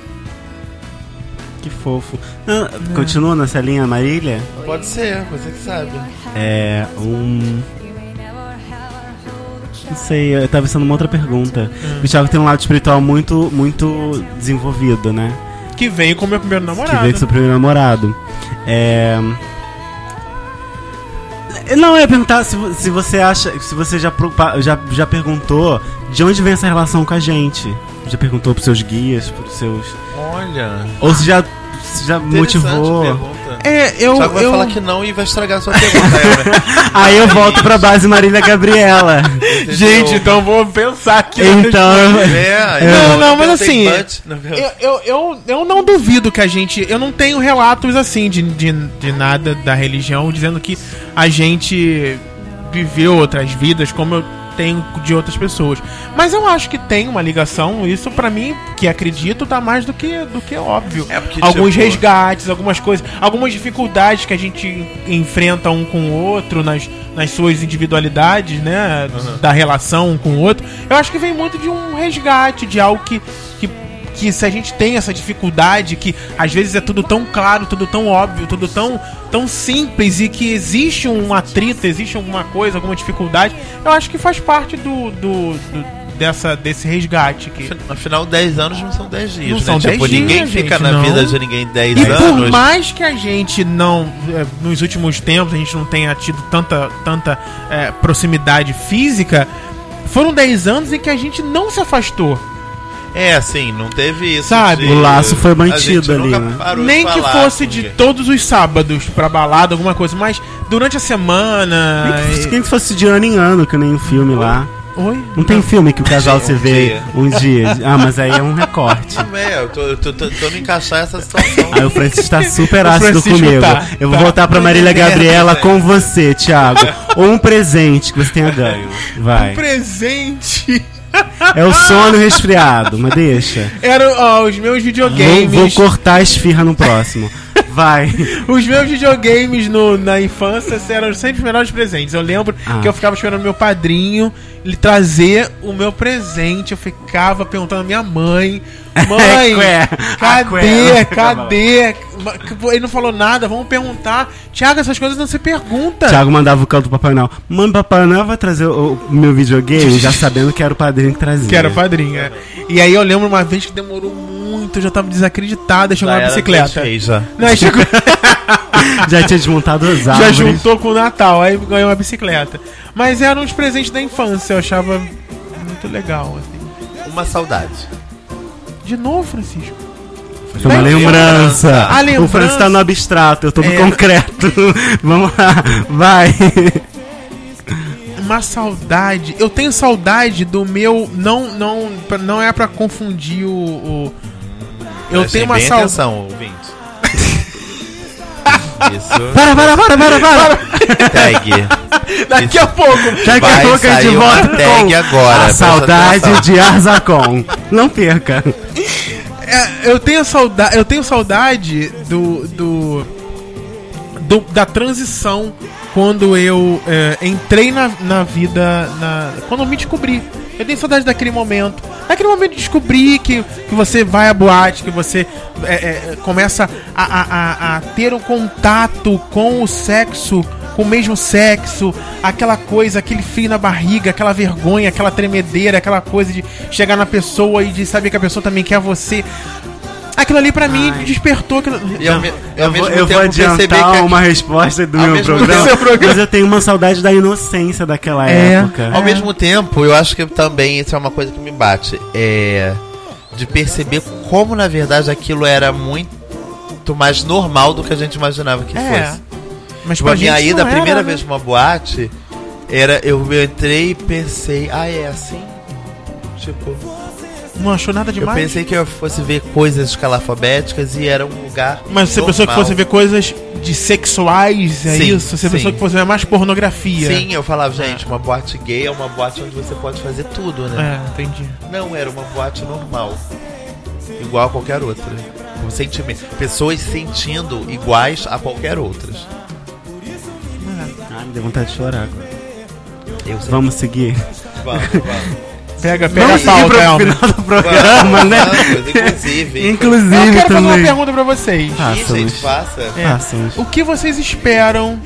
S1: Que fofo. Ah, Continua nessa linha, Marília?
S2: Pode ser, você que sabe.
S1: É um. Não sei, eu tava pensando uma outra pergunta.
S3: Hum.
S1: O Thiago tem um lado espiritual muito, muito desenvolvido, né?
S3: Que veio com o meu primeiro namorado.
S1: Que veio com seu primeiro namorado. É. Não, eu ia perguntar se, vo- se você acha. Se você já, pro- pa- já, já perguntou de onde vem essa relação com a gente. Já perguntou pros seus guias, pros seus.
S2: Olha.
S1: Ou se já, se já motivou.
S2: Pergunta.
S3: É, eu.
S2: Só que vai
S3: eu...
S2: falar que não e vai estragar a sua pergunta. Elmer.
S1: Aí eu volto pra base Marília Gabriela.
S2: Entendeu?
S3: Gente, então vou pensar aqui. né?
S1: então.
S2: É,
S3: Não,
S2: eu
S3: não, mas
S2: tentei
S3: assim,
S2: but- não,
S3: Eu, eu, eu, eu não duvido que a gente. Eu não tenho relatos assim de, de, de nada da religião dizendo que a gente viveu outras vidas como eu tenho de outras pessoas. Mas eu acho que tem uma ligação. Isso pra mim, que acredito, tá mais do que, do que óbvio.
S2: É porque,
S3: alguns
S2: tipo-
S3: resgates, algumas coisas, algumas dificuldades que a gente enfrenta um com o outro nas, nas suas individualidades, né? Da relação um com o outro. Eu acho que vem muito de um resgate, de algo que, que, que se a gente tem essa dificuldade, que às vezes é tudo tão claro, tudo tão óbvio, tudo tão, tão simples e que existe um atrito, existe alguma coisa, alguma dificuldade, eu acho que faz parte do. do, do- dessa, desse resgate que
S2: Afinal, 10 anos não são 10 dias,
S3: Não
S2: né?
S3: são
S2: tipo,
S3: 10
S2: ninguém
S3: dias,
S2: fica
S3: gente,
S2: na
S3: não.
S2: vida de ninguém 10
S3: E por
S2: anos.
S3: mais que a gente não, eh, nos últimos tempos, a gente não tenha tido tanta, tanta eh, proximidade física, foram 10 anos em que a gente não se afastou.
S2: É, assim, não teve isso.
S3: Sabe?
S1: O laço foi mantido
S2: A gente
S1: ali,
S2: nunca
S1: né?
S2: parou de
S3: Nem que
S2: falar
S3: fosse
S2: com
S3: de
S2: ninguém.
S3: todos os sábados pra balada, alguma coisa, mas durante a semana.
S1: Nem que-
S3: eh,
S1: Nem que fosse de ano em ano, que nem um filme lá.
S3: Oi?
S1: Não tem filme que o casal se
S2: Um
S1: vê
S2: dia.
S1: um dia. Ah, mas aí é um recorte.
S2: É, eu tô, eu tô tentando encaixar essa situação.
S1: Aí o Francisco tá super
S3: O
S1: ácido
S3: Francisco
S1: comigo.
S3: tá,
S1: Eu vou
S3: tá.
S1: voltar pra
S2: Não
S1: Marília
S2: tem merda,
S1: Gabriela
S2: velho.
S1: com você, Thiago. Ou um presente que você tenha ganho. Vai.
S3: Um Presente! Ah!
S1: É o sono resfriado, mas deixa.
S3: Eram ó, os meus
S1: Vou,
S3: videogames.
S1: vou cortar a esfirra no próximo. Vai.
S3: Os meus videogames no- na infância eram sempre os melhores presentes. Eu lembro
S1: Ah.
S3: que eu ficava esperando meu padrinho ele trazer o meu presente. Eu ficava perguntando à minha mãe: Mãe,
S1: Qué,
S3: cadê?
S1: a qué?"
S3: Cadê? Ma- Ele não falou nada, vamos perguntar. Tiago, essas coisas não se pergunta.
S1: Thiago mandava o canto do Papai Noel. Mano, Papai Noel vai trazer o, o meu videogame já sabendo que era o padrinho que trazia.
S3: Que era padrinha. E aí eu lembro uma vez que demorou muito, eu já tava desacreditado, eu
S2: Já
S3: chegou na
S2: era
S3: bicicleta.
S2: três vezes, já.
S3: Não, aí chegou-
S1: Já tinha desmontado as
S3: Já
S1: árvores.
S3: juntou com o Natal, aí ganhou uma bicicleta. Mas eram os presentes da infância, eu achava muito legal. assim.
S2: Uma saudade.
S3: De novo, Francisco.
S1: Foi uma lembrança.
S3: A
S1: O Francisco tá
S3: lembrança.
S1: no abstrato, eu tô no
S3: É.
S1: concreto. Vamos lá, vai.
S3: Uma saudade. Eu tenho saudade do meu. Não, não, pra- não é pra confundir o. o- Eu
S2: Prestem
S3: tenho uma
S2: bem
S3: saudade.
S2: atenção, ouvinte. Isso.
S1: Para, para, para, para, para.
S2: Tag.
S3: Daqui a pouco.
S1: Daqui a
S2: Vai
S1: pouco é a gente
S2: sair uma
S1: volta
S2: tag
S1: com
S2: agora, tá
S1: a
S2: presta
S1: saudade
S2: atenção.
S1: de Arzacon. Não perca.
S3: É, eu tenho saudade. Eu tenho saudade do. do, do- da transição quando eu é, entrei na, na vida. Na, quando eu me descobri. Eu tenho saudade daquele momento. Daquele momento de descobrir que, que você vai à boate, que você é, é, começa a, a- a- a ter um contato com o sexo, com o mesmo sexo, aquela coisa, aquele frio na barriga, aquela vergonha, aquela tremedeira, aquela coisa de chegar na pessoa e de saber que a pessoa também quer você. Aquilo ali pra mim despertou. aquilo-
S2: E ao, me- e ao
S1: Eu vou,
S2: mesmo
S1: eu vou
S2: tempo perceber que
S1: adiantar
S2: aqui-
S1: uma resposta do
S2: Ao
S1: meu
S2: mesmo
S1: programa,
S2: tempo- Seu
S1: mas eu tenho uma saudade da inocência daquela
S3: É.
S1: época.
S2: Ao mesmo tempo, eu acho que também isso é uma coisa que me bate. É. De perceber como, na verdade, aquilo era muito mais normal do que a gente imaginava que
S3: É.
S2: fosse.
S3: Mas
S2: Tipo, a minha ida, a
S3: não era,
S2: primeira
S3: né?
S2: vez pra uma boate, era. Eu entrei e pensei, ah, é assim? Tipo.
S3: Não achou nada
S2: Eu
S3: demais.
S2: pensei que eu fosse ver coisas escalafobéticas e era um lugar.
S3: Mas você pensou que
S2: normal.
S3: fosse ver coisas de sexuais, é
S2: Sim,
S3: isso? Você
S2: sim.
S3: pensou que fosse ver mais pornografia?
S2: Sim, eu falava,
S3: Ah.
S2: gente, uma boate gay é uma boate onde você pode fazer tudo, né?
S3: É, entendi.
S2: Não, era uma boate normal. Igual a qualquer outra. Um sentimento. Pessoas sentindo iguais a qualquer outras.
S1: Ah, me deu vontade de chorar agora.
S2: Eu sei.
S1: Vamos seguir.
S2: Vamos, vamos.
S3: Pega, pega
S1: Vamos
S3: a
S1: seguir
S3: pauta,
S1: pro
S3: Elmer.
S1: final do programa, né?
S2: Vamos, inclusive.
S1: Inclusive
S3: Eu quero fazer uma
S1: também. É.
S3: pergunta pra vocês.
S2: Ih,
S1: Faça,
S2: gente,
S1: Luiz.
S2: faça.
S1: Faça, Luiz.
S3: O que vocês esperam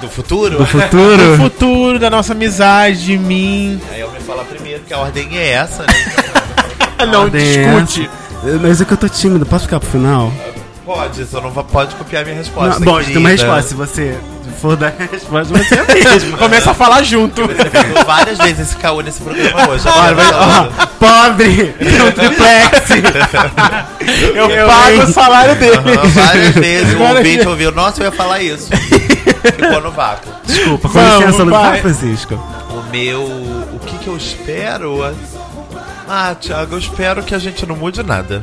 S2: Do futuro?
S1: Do
S3: do
S1: futuro?
S3: futuro da nossa amizade, de mim?
S2: Aí eu me falar primeiro que a ordem é essa, né?
S3: Não
S1: Ordem é
S3: discute.
S1: essa. Mas é que eu tô tímido, posso ficar pro final?
S2: Pode, só não va- pode copiar minha resposta.
S1: Não, bom, tem uma
S2: querida.
S1: resposta. Se você for dar a resposta, você é mesmo.
S3: Começa a falar junto.
S2: Você pegou várias vezes esse caô nesse programa hoje. tá
S1: Olha, vai- ó,
S2: Agora,
S1: pobre! Tem um triplex!
S3: Eu,
S1: Eu
S3: pago
S1: bem.
S3: o salário dele.
S2: Aham, várias vezes o
S3: Agora-
S2: ouvinte ouviu. Nossa, eu ia falar isso. Ficou no vácuo.
S1: Desculpa, com
S3: Vamos,
S1: licença, não
S3: vai.
S1: vai, Francisco.
S2: O meu. O que que eu espero? Ah, Thiago, eu espero que a gente não mude nada.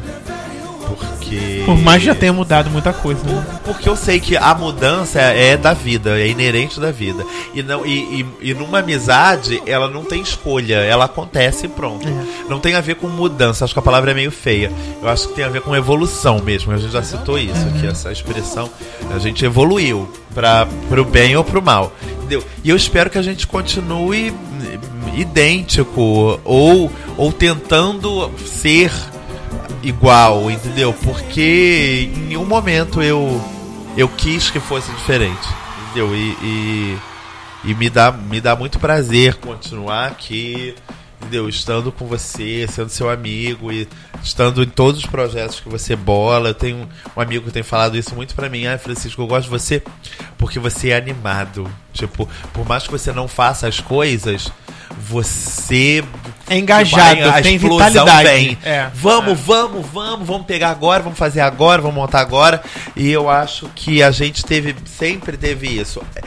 S2: Porque.
S3: Por mais que já tenha mudado muita coisa. né?
S2: Porque eu sei que a mudança é da vida, é inerente da vida. E, não, e, e, e numa amizade, ela não tem escolha, ela acontece e pronto. Não tem a ver com mudança, acho que a palavra é meio feia. Eu acho que tem a ver com evolução mesmo. A gente já citou isso aqui, essa expressão. A gente evoluiu para pro bem ou pro mal. Entendeu? E eu espero que a gente continue hum, idêntico ou, ou tentando ser igual, entendeu? Porque em nenhum momento eu eu quis que fosse diferente, entendeu? E, e, e me, dá, me dá muito prazer continuar aqui, entendeu? Estando com você, sendo seu amigo e estando em todos os projetos que você bola. Eu tenho um amigo que tem falado isso muito pra mim. Ah, Francisco, eu gosto de você porque você é animado. Tipo, por mais que você não faça as coisas, você
S3: É engajado,
S2: Vai, a
S3: tem
S2: explosão
S3: vitalidade.
S2: vem.
S3: É.
S2: Vamos, vamos, vamos, vamos pegar agora, vamos fazer agora, vamos montar agora. E eu acho que a gente teve, sempre teve isso. É,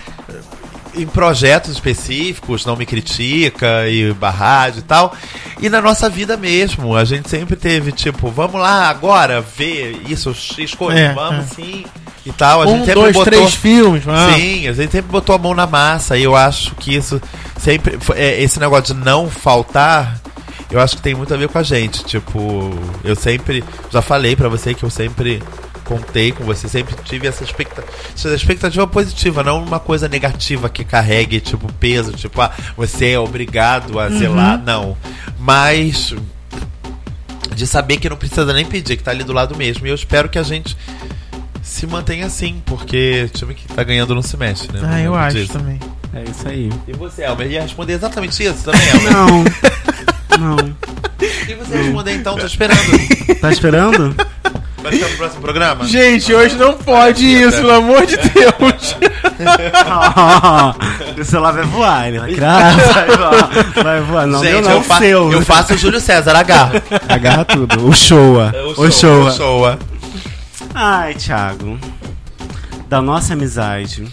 S2: Em projetos específicos, não me critica, e barrado e tal. E na nossa vida mesmo, a gente sempre teve, tipo, vamos lá agora ver isso, escolher,
S3: É,
S2: vamos sim e tal. A gente
S3: Um,
S2: sempre
S3: dois,
S2: botou.
S3: três filmes, mano.
S2: Sim, a gente sempre botou a mão na massa e eu acho que isso sempre. foi- é, Esse negócio de não faltar, eu acho que tem muito a ver com a gente. Tipo, eu sempre. Já falei pra você que eu sempre contei com você, sempre tive essa expectativa. Essa expectativa positiva, não uma coisa negativa que carregue, tipo, peso, tipo, ah, você é obrigado a zelar,
S1: Uhum.
S2: não. Mas de saber que não precisa nem pedir, que tá ali do lado mesmo. E eu espero que a gente se mantenha assim, porque o time que tá ganhando não se mexe, né?
S3: Ah, eu
S2: Não
S3: acho
S2: diz.
S3: também.
S1: É isso aí.
S2: E você, Elmer, ia responder exatamente isso também, Elmer.
S1: Não. Não.
S2: E você responder então, tô esperando.
S1: Tá esperando?
S2: Vai ficar no próximo programa?
S3: Gente, hoje não pode isso, pelo amor de Deus.
S1: Ó, o celular vai voar, ele vai criar, vai voar. Vai voar, não, meu
S2: Gente,
S1: não, é
S2: eu,
S1: o
S2: fa
S1: seu.
S2: eu faço o Júlio César, agarro.
S1: Agarra tudo. O Showa. É O
S2: show,
S1: Showa.
S2: showa.
S1: Ai, Thiago. Da nossa amizade.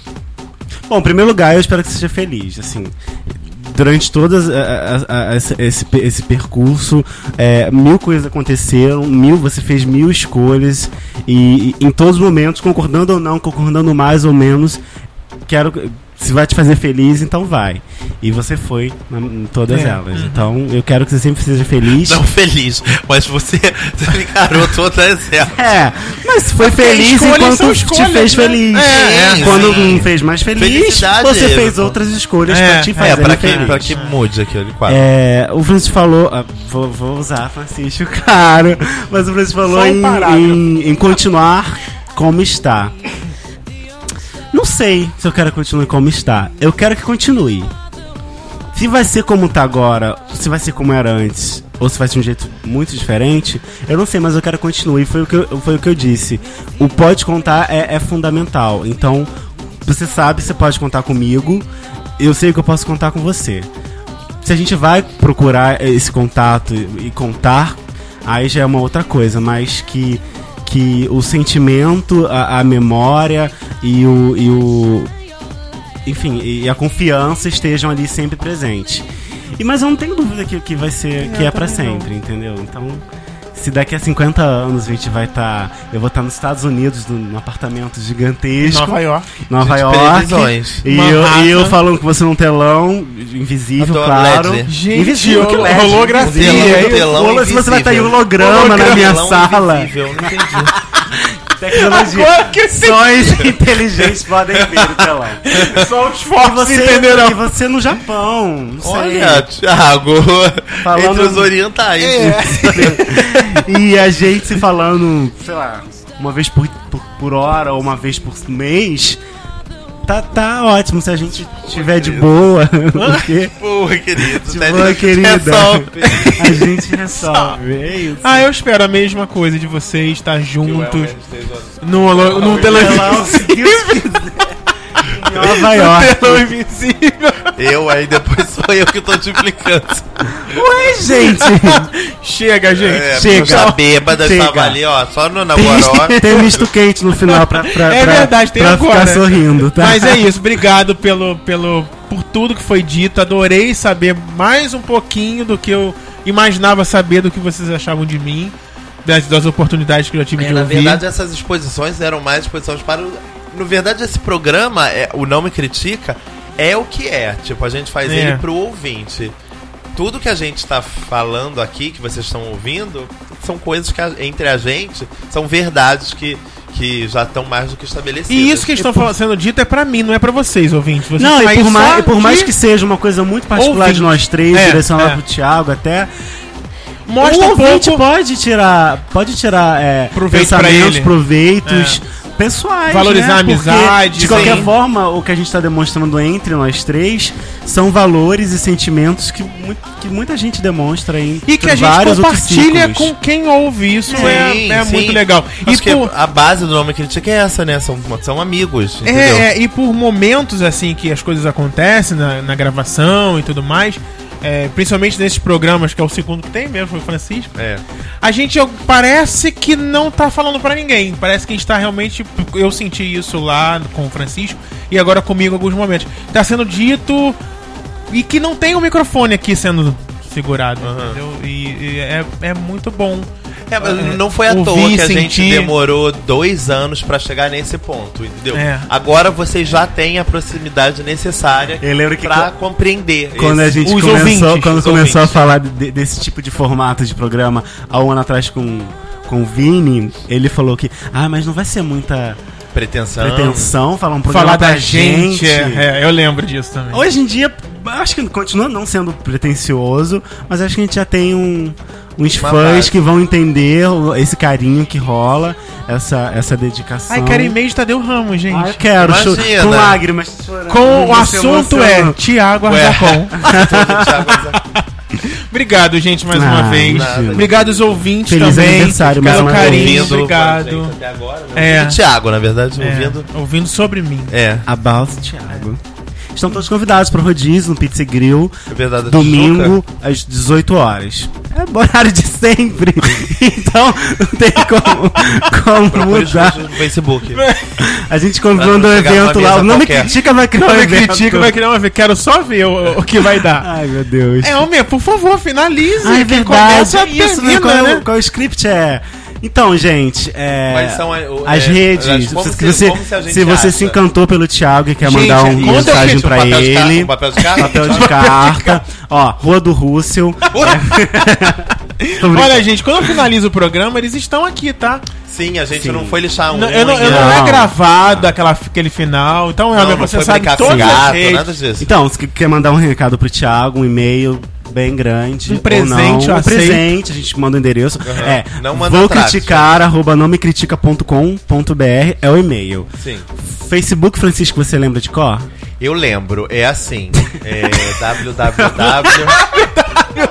S1: Bom, em primeiro lugar, eu espero que você seja feliz, assim. Durante eh, todo esse, pe- esse percurso, é, mil coisas aconteceram, mil, você fez mil escolhas, e, e em todos os momentos, concordando ou não, concordando mais ou menos, quero. Se vai te fazer feliz, então vai. E você foi na- em todas
S3: É.
S1: elas. Então, eu quero que você sempre seja feliz.
S2: Não feliz, mas você você encarou todas elas.
S1: É, mas foi feliz
S3: escolhas
S1: enquanto
S3: são
S1: te
S3: escolhas,
S1: fez
S3: né?
S1: feliz.
S2: É, é,
S1: Quando
S2: sim.
S1: não fez mais feliz,
S2: Felicidade,
S1: você fez
S2: Everton.
S1: outras escolhas
S3: É,
S1: pra te
S3: é,
S2: É,
S1: fazer
S2: pra que,
S1: feliz.
S2: pra que mude aquele quadro.
S1: É, o Francisco falou. ah, vou, vou usar Francisco, claro. Mas o Francisco falou
S3: Só um
S1: em,
S3: parágrafo.
S1: em- em continuar como está. Não sei se eu quero continuar como está. Eu quero que continue. Se vai ser como tá agora, se vai ser como era antes, ou se vai ser de um jeito muito diferente, eu não sei, mas eu quero continuar. E Foi o que eu, foi o que eu disse. O pode contar é, é fundamental. Então, você sabe, você pode contar comigo. Eu sei que eu posso contar com você. Se a gente vai procurar esse contato e e contar, aí já é uma outra coisa, mas que, que o sentimento, a, a memória e o, e o. Enfim, e a confiança estejam ali sempre presentes. E, mas eu não tenho dúvida que, que vai ser. que é pra sempre, entendeu? Então. Se daqui a 50 anos a gente vai estar. eu vou estar nos Estados Unidos, num, num apartamento gigantesco.
S3: Nova York.
S1: Nova
S2: Gente,
S1: York.
S2: previsões.
S1: E eu,
S3: Manhattan.
S1: e eu falando com você num telão, invisível,
S2: Adoro
S1: claro.
S2: LED.
S3: Gente,
S1: Invisível, que
S3: hol-
S1: LED.
S3: holografia.
S2: um Telão,
S1: E aí,
S2: telão
S1: holo- se você vai estar em
S2: invisível.
S1: holograma, na minha
S2: Telão
S1: sala.
S2: invisível, eu não entendi.
S1: Tecnologia.
S3: Agora é que eu sei,
S1: Sonhos inteligentes podem vir, telão.
S3: só os
S1: E
S3: fortes
S1: você,
S3: entenderão.
S1: e você no Japão. não sei.
S2: Olha, Thiago,
S1: Falando- É.
S2: entre os orientais.
S1: e a gente se falando, sei lá, uma vez por, por, por hora ou uma vez por mês. Tá, tá ótimo se a gente tiver de boa. Porque
S2: Boa, querido.
S1: De
S2: Tá-
S1: boa, querida.
S2: Resolve.
S1: a gente resolve. É isso.
S3: Ah, eu espero a mesma coisa de vocês estar
S2: Que o
S3: juntos.
S2: Elmer esteja
S3: No, no, no telão
S1: Ela, se Deus quiser. Em Nova York.
S3: telão invisível.
S2: Eu aí depois sou eu que tô duplicando.
S1: Ué, gente.
S3: Chega, gente.
S2: É,
S1: Chega.
S2: Já bêbada,
S1: Chega.
S2: tava ali, ó, só no Naguaró.
S1: Tem, tem misto quente no final pra, pra,
S3: É
S1: pra-
S3: verdade, tem
S1: pra
S3: agora.
S1: ficar sorrindo, tá?
S3: Mas é isso, obrigado pelo, pelo, por tudo que foi dito. Adorei saber mais um pouquinho do que eu imaginava saber do que vocês achavam de mim, das, das oportunidades que eu já tive
S2: É,
S3: de
S2: na
S3: ouvir.
S2: verdade, essas exposições eram mais exposições para. o- Na verdade, esse programa, é, o Não Me Critica, é o que é. Tipo, a gente faz
S3: É.
S2: ele pro ouvinte. Tudo que a gente tá falando aqui, que vocês estão ouvindo, são coisas que a- entre a gente são verdades que, que já estão mais do que estabelecidas.
S3: e isso que estão fal- sendo dito é pra mim, não é pra vocês, ouvintes. Vocês
S1: Não,
S3: estão
S1: e
S3: aí
S1: por, mais,
S3: só
S1: e por mais
S3: de-
S1: que seja uma coisa muito particular de
S3: Ouvinte.
S1: nós três,
S3: É,
S1: direcionada
S3: é.
S1: pro Thiago até,
S3: mostra
S1: o
S3: um
S1: ouvinte
S3: pouco
S1: pode tirar, pode tirar é,
S3: Proveito pra
S1: pensamentos,
S3: ele. É.
S1: proveitos pessoais,
S3: Valorizar
S1: né?
S3: a
S1: Porque,
S3: amizade,
S1: De qualquer
S3: sim.
S1: forma, o que a gente está demonstrando entre nós três são valores e sentimentos que, mu- que muita gente demonstra em
S3: e que a gente
S1: vários outros
S3: compartilha
S1: círculos.
S3: com quem ouve. Isso
S2: Sim,
S3: é, é
S2: sim.
S3: muito legal.
S2: Acho que é
S3: e por,
S2: a base do Não Me Critica é essa, né? São, são amigos, entendeu?
S3: É, é, e por momentos assim que as coisas acontecem na, na gravação e tudo mais, é, principalmente nesses programas, que é o segundo que tem mesmo, foi o Francisco,
S2: É.
S3: a gente eu- parece que não tá falando pra ninguém. Parece que a gente tá realmente. Eu senti isso lá com o Francisco e agora comigo em alguns momentos. Tá sendo dito e que não tem o microfone aqui sendo segurado, entendeu? E, e é, é muito bom.
S2: É, mas não foi à
S3: Ouvir,
S2: toa que a gente
S3: sentir.
S2: demorou dois anos pra chegar nesse ponto, entendeu?
S3: É.
S2: Agora vocês já têm a proximidade necessária
S1: Eu lembro é que
S2: pra compreender.
S1: Quando a
S2: esse-
S1: gente
S3: os
S1: começou,
S3: ouvintes,
S1: quando
S2: os
S1: começou a
S2: ouvintes.
S1: falar de- desse tipo de formato de programa há um ano atrás com, com o Vini, ele falou que, ah, mas não vai ser muita
S2: pretensão.
S1: pretensão falar um programa
S3: Falar
S1: pra
S3: da gente, É, é, eu lembro disso também.
S1: Hoje em dia, acho que continua não sendo pretencioso, mas acho que a gente já tem um, uns
S2: Uma
S1: fãs
S2: base.
S1: que vão entender o- esse carinho que rola, essa, essa dedicação.
S3: Ai, quero e-mail de Tadeu Ramos, gente.
S1: Ah, eu quero, cho-
S2: Imagina.
S1: com lágrimas. chorando,
S3: Com o
S1: se
S3: assunto é
S1: emocionando.
S3: Tiago
S2: Hum, Ué.
S3: Arzacon.
S2: Todo Thiago Zacarias.
S3: Obrigado, gente, mais
S1: Ah,
S3: uma vez.
S1: imagina.
S3: Obrigado aos ouvintes
S1: Feliz
S3: também.
S1: aniversário, mais
S3: pelo
S1: uma
S3: carinho,
S1: vez.
S2: Ouvindo com a gente
S3: obrigado.
S2: até agora, né?
S3: É,
S2: O Thiago, na verdade,
S3: é,
S2: ouvindo.
S3: ouvindo sobre mim.
S2: É,
S1: About Thiago. Estão todos convidados para o rodízio no Pizza Grill,
S2: é verdade.
S1: domingo às 18 horas. É o horário de sempre. então, não tem como, como
S2: Procure
S1: mudar.
S2: no Facebook.
S1: A gente
S2: Pra
S1: quando
S2: não
S1: o
S2: chegar
S1: evento
S2: numa
S1: lá,
S2: mesa
S1: não me
S2: qualquer.
S1: critica, vai criar
S3: Não
S1: um
S3: me
S1: evento.
S3: critica, vai querer uma vez. Quero só ver o, o que vai dar.
S1: Ai, meu Deus.
S3: É, homem, por favor, finalize.
S1: Ai,
S3: Quem
S1: verdade.
S3: começa,
S1: é isso, né?
S3: termina,
S1: Qual, é
S3: né?
S1: o- qual é o script é? Então, gente, é,
S2: Quais são a- o-
S1: as
S2: é, as-
S1: redes.
S2: como
S1: se,
S2: se-
S1: você,
S2: como se a gente
S1: se você
S2: acha?
S1: se encantou pelo Thiago e quer mandar
S3: Gente,
S1: uma
S2: conta,
S1: mensagem
S2: gente, um
S1: pra
S2: papel de carta,
S1: ele,
S2: um papel de carta,
S1: papel de
S2: Thiago.
S1: carta, ó, Rua do Rússio.
S3: Olha, gente, quando eu finalizo o programa, eles estão aqui, tá?
S2: Sim, a gente
S1: Sim.
S2: não foi lixar um.
S3: Não, eu não, eu não,
S1: Não.
S3: é gravado aquela, aquele final. Então,
S2: não,
S3: realmente,
S2: não,
S3: você
S2: foi
S3: sabe
S2: brincar com
S3: todas as
S2: gato,
S3: redes.
S2: nada disso.
S1: Então, se quer mandar um recado pro Thiago, um e-mail bem grande.
S3: Um
S1: ou
S3: presente, eu
S1: não, um
S3: aceito.
S1: presente, a gente manda o endereço. É,
S2: Não manda
S1: vou
S2: atraso.
S1: criticar, arroba nomecritica.com.br é o e-mail.
S2: Sim.
S1: Facebook, Francisco, você lembra de cor?
S2: Eu lembro, é assim. É www.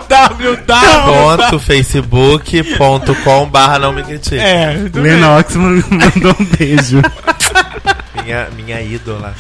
S1: Tá
S3: www.
S2: facebook.com barra não me critique.
S3: É, tudo bem.
S1: Lenox man- mandou um beijo.
S2: Minha, minha ídola.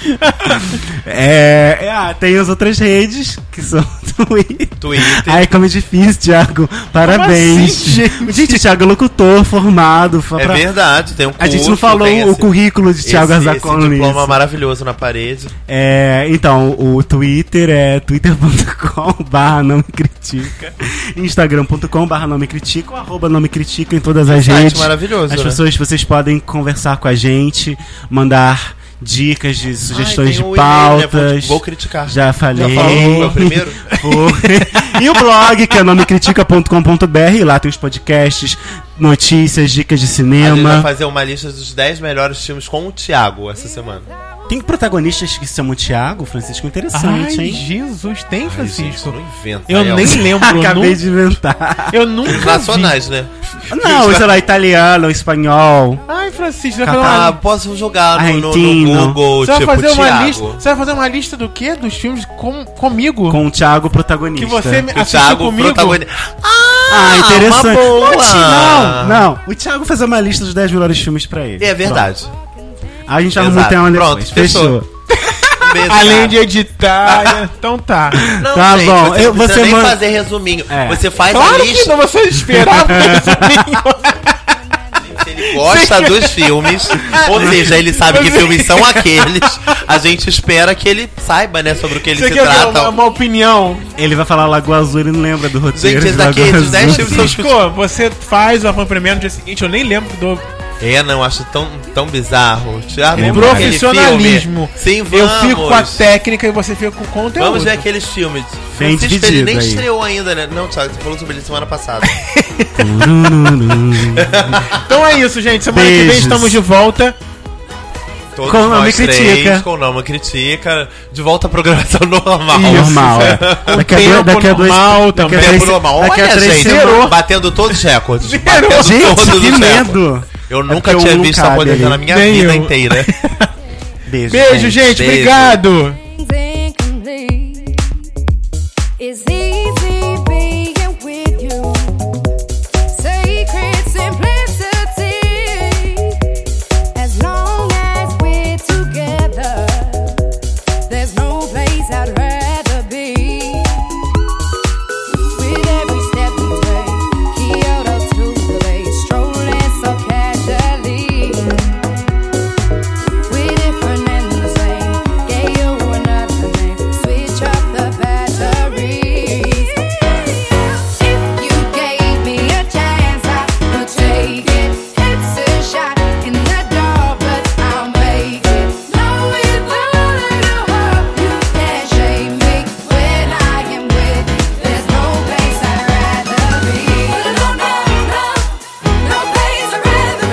S1: É, é, ah, tem as outras redes, que são Twitter.
S2: Twitter.
S1: Ai, como é difícil, Thiago. Parabéns.
S3: assim,
S1: gente? o Thiago é locutor, formado. fa-
S2: É
S1: pra-
S2: verdade, tem um curso.
S1: A gente não falou
S2: tem
S1: o
S2: esse-
S1: currículo de Thiago
S2: esse,
S1: Arzacon
S2: esse
S1: nisso.
S2: diploma maravilhoso na parede.
S1: É, então, o Twitter é twitter.com barra não me critica, instagram.com barra não me critica, ou arroba não me critica em todas as
S2: Site
S1: redes.
S2: maravilhoso,
S1: As
S2: né?
S1: pessoas, vocês podem conversar com a gente, mandar dicas de
S2: Ai,
S1: sugestões
S2: tem
S1: de
S2: o e-mail, né? Vou-
S1: pautas.
S2: Vou, criticar.
S1: Já falei.
S2: falou, é o primeiro?
S1: Foi. e o blog, que é nomecritica.com.br, lá tem os podcasts, notícias, dicas de
S2: A gente vai
S1: cinema.
S2: fazer uma lista dos 10 melhores filmes com o Thiago essa semana.
S1: Tem protagonistas que se chamam Tiago, Francisco, interessante,
S3: Ai,
S1: hein?
S3: Jesus,
S1: É,
S3: tem,
S2: Ai, gente,
S3: Francisco.
S2: não inventa. é
S3: eu
S2: Elcio.
S3: nem lembro. eu
S1: Acabei
S3: nu-
S1: de inventar.
S3: Eu nunca vi.
S2: Nacionais, né?
S1: Não, sei lá, italiano, espanhol.
S3: Ai, Francisco, você vai fazer
S2: Ah,
S3: uma...
S2: posso jogar no, no- no
S1: Argentino.
S2: Google,
S3: Você vai
S2: tipo,
S3: fazer uma
S2: Thiago.
S3: lista. Você vai fazer uma lista do quê? Dos filmes com, comigo?
S1: Com o Thiago protagonista.
S3: que você me
S2: O
S3: assistiu
S2: Thiago
S3: comigo?
S2: protagonista. Ah,
S1: Ah, interessante.
S2: uma boa.
S1: O Ti- Não, não. O Thiago fez uma lista dos 10 melhores filmes pra ele.
S2: É verdade.
S1: Pronto. Aí a gente arruma um
S2: Exato.
S1: tema depois.
S2: Pronto,
S1: fechou.
S2: fechou. Um beijo, cara.
S3: Além de editar, então tá.
S2: Não,
S1: Tá bom,
S2: Você
S1: eu-
S2: não precisa
S1: você
S2: nem
S1: manda-
S2: fazer resuminho.
S1: É.
S2: Você faz a
S3: Claro que
S2: lista.
S3: não, você esperava
S2: Se ele gosta dos filmes. Ou seja, ele sabe que filmes são aqueles. A gente espera que ele saiba, né, sobre o que eles
S3: Você
S2: se
S3: quer ver uma,
S2: tratam.
S3: uma opinião?
S1: Ele vai falar Lagoa Azul, ele não lembra do roteiro.
S2: Gente,
S1: de
S2: esse daqui,
S1: Lagoa
S2: esses 10
S1: Azul.
S2: filmes são os que
S3: Cisco, você faz o acompanhamento no dia seguinte, eu nem lembro do.
S2: É, não, acho tão, tão bizarro. Já lembra daquele
S3: É Profissionalismo.
S2: filme? Sim, vamos.
S3: Eu fico com a técnica e você fica com o conteúdo.
S2: Vamos ver aqueles filmes.
S1: Bem
S2: Francisco, ele
S1: dividido
S2: nem
S1: aí.
S2: estreou ainda, né? Não, Thiago, você falou sobre ele semana passada.
S3: Então é isso, gente. Semana que vem
S1: Beijos.
S3: estamos de volta.
S2: Todos
S1: Com o Não Me
S2: nós três,
S1: Critica.
S2: com o Não Me Critica. De volta à programação normal.
S1: Normal, é. Daqui a
S3: tempo
S1: dois- daqui a dois.
S3: normal
S1: daqui a
S3: também.
S1: é três-
S2: Tempo normal.
S1: Daqui a
S2: Olha,
S1: três
S2: gente, Tá
S1: semanas.
S2: batendo todos os recordes.
S3: Zerou.
S2: Batendo todos
S1: Gente,
S2: os
S1: que
S2: recordes.
S1: medo.
S2: Eu
S1: É
S2: nunca
S1: porque
S2: tinha
S1: o
S2: visto
S1: Luca
S2: acontecer
S1: ali.
S2: na minha
S3: Nem
S2: vida
S3: eu.
S2: inteira.
S1: Beijo,
S3: Beijo, gente.
S2: Beijo.
S3: Obrigado.
S4: Thinkingly, It's easy being with you. Sacred simplicity. As long as we're together, there's no place I'd rather be. With every step we take, Kyoto to the bay, strolling so casually. We're different and the same. Gave you another name. Switch up the batteries. If you gave me a chance, I would take it. It's a shot in the dark, but I'll make it. No, it won't hurt you. Can't shame me when I am with you. There's no place I'd rather be. No, no, no, no place I'd rather be. No, no, no, no.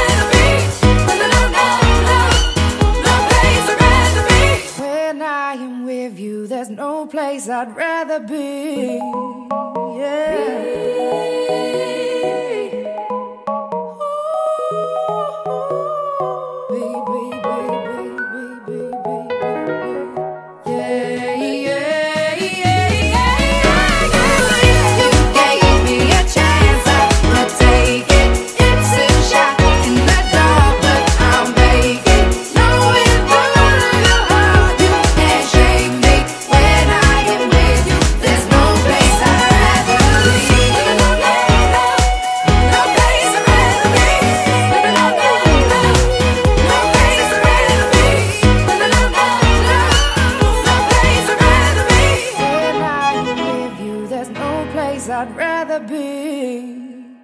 S4: No place I'd rather be. No, no, no, no. No place I'd rather be. When I am with you, there's no place I'd rather be. Yeah. Be, be, be, be, be, be, be, be, be. Yeah, yeah, yeah, yeah. You gave me a chance, I would take it. It's a shot in the dark, but I'll make it. No, it won't hurt you. Can't shame me when I am with you. There's no place I'd rather be. No, no, no, no place I'd rather be. No, no, no, no, no place I'd rather be. No, no, no, no, no place I'd rather be. When I'm with you, there's no place I'd rather be.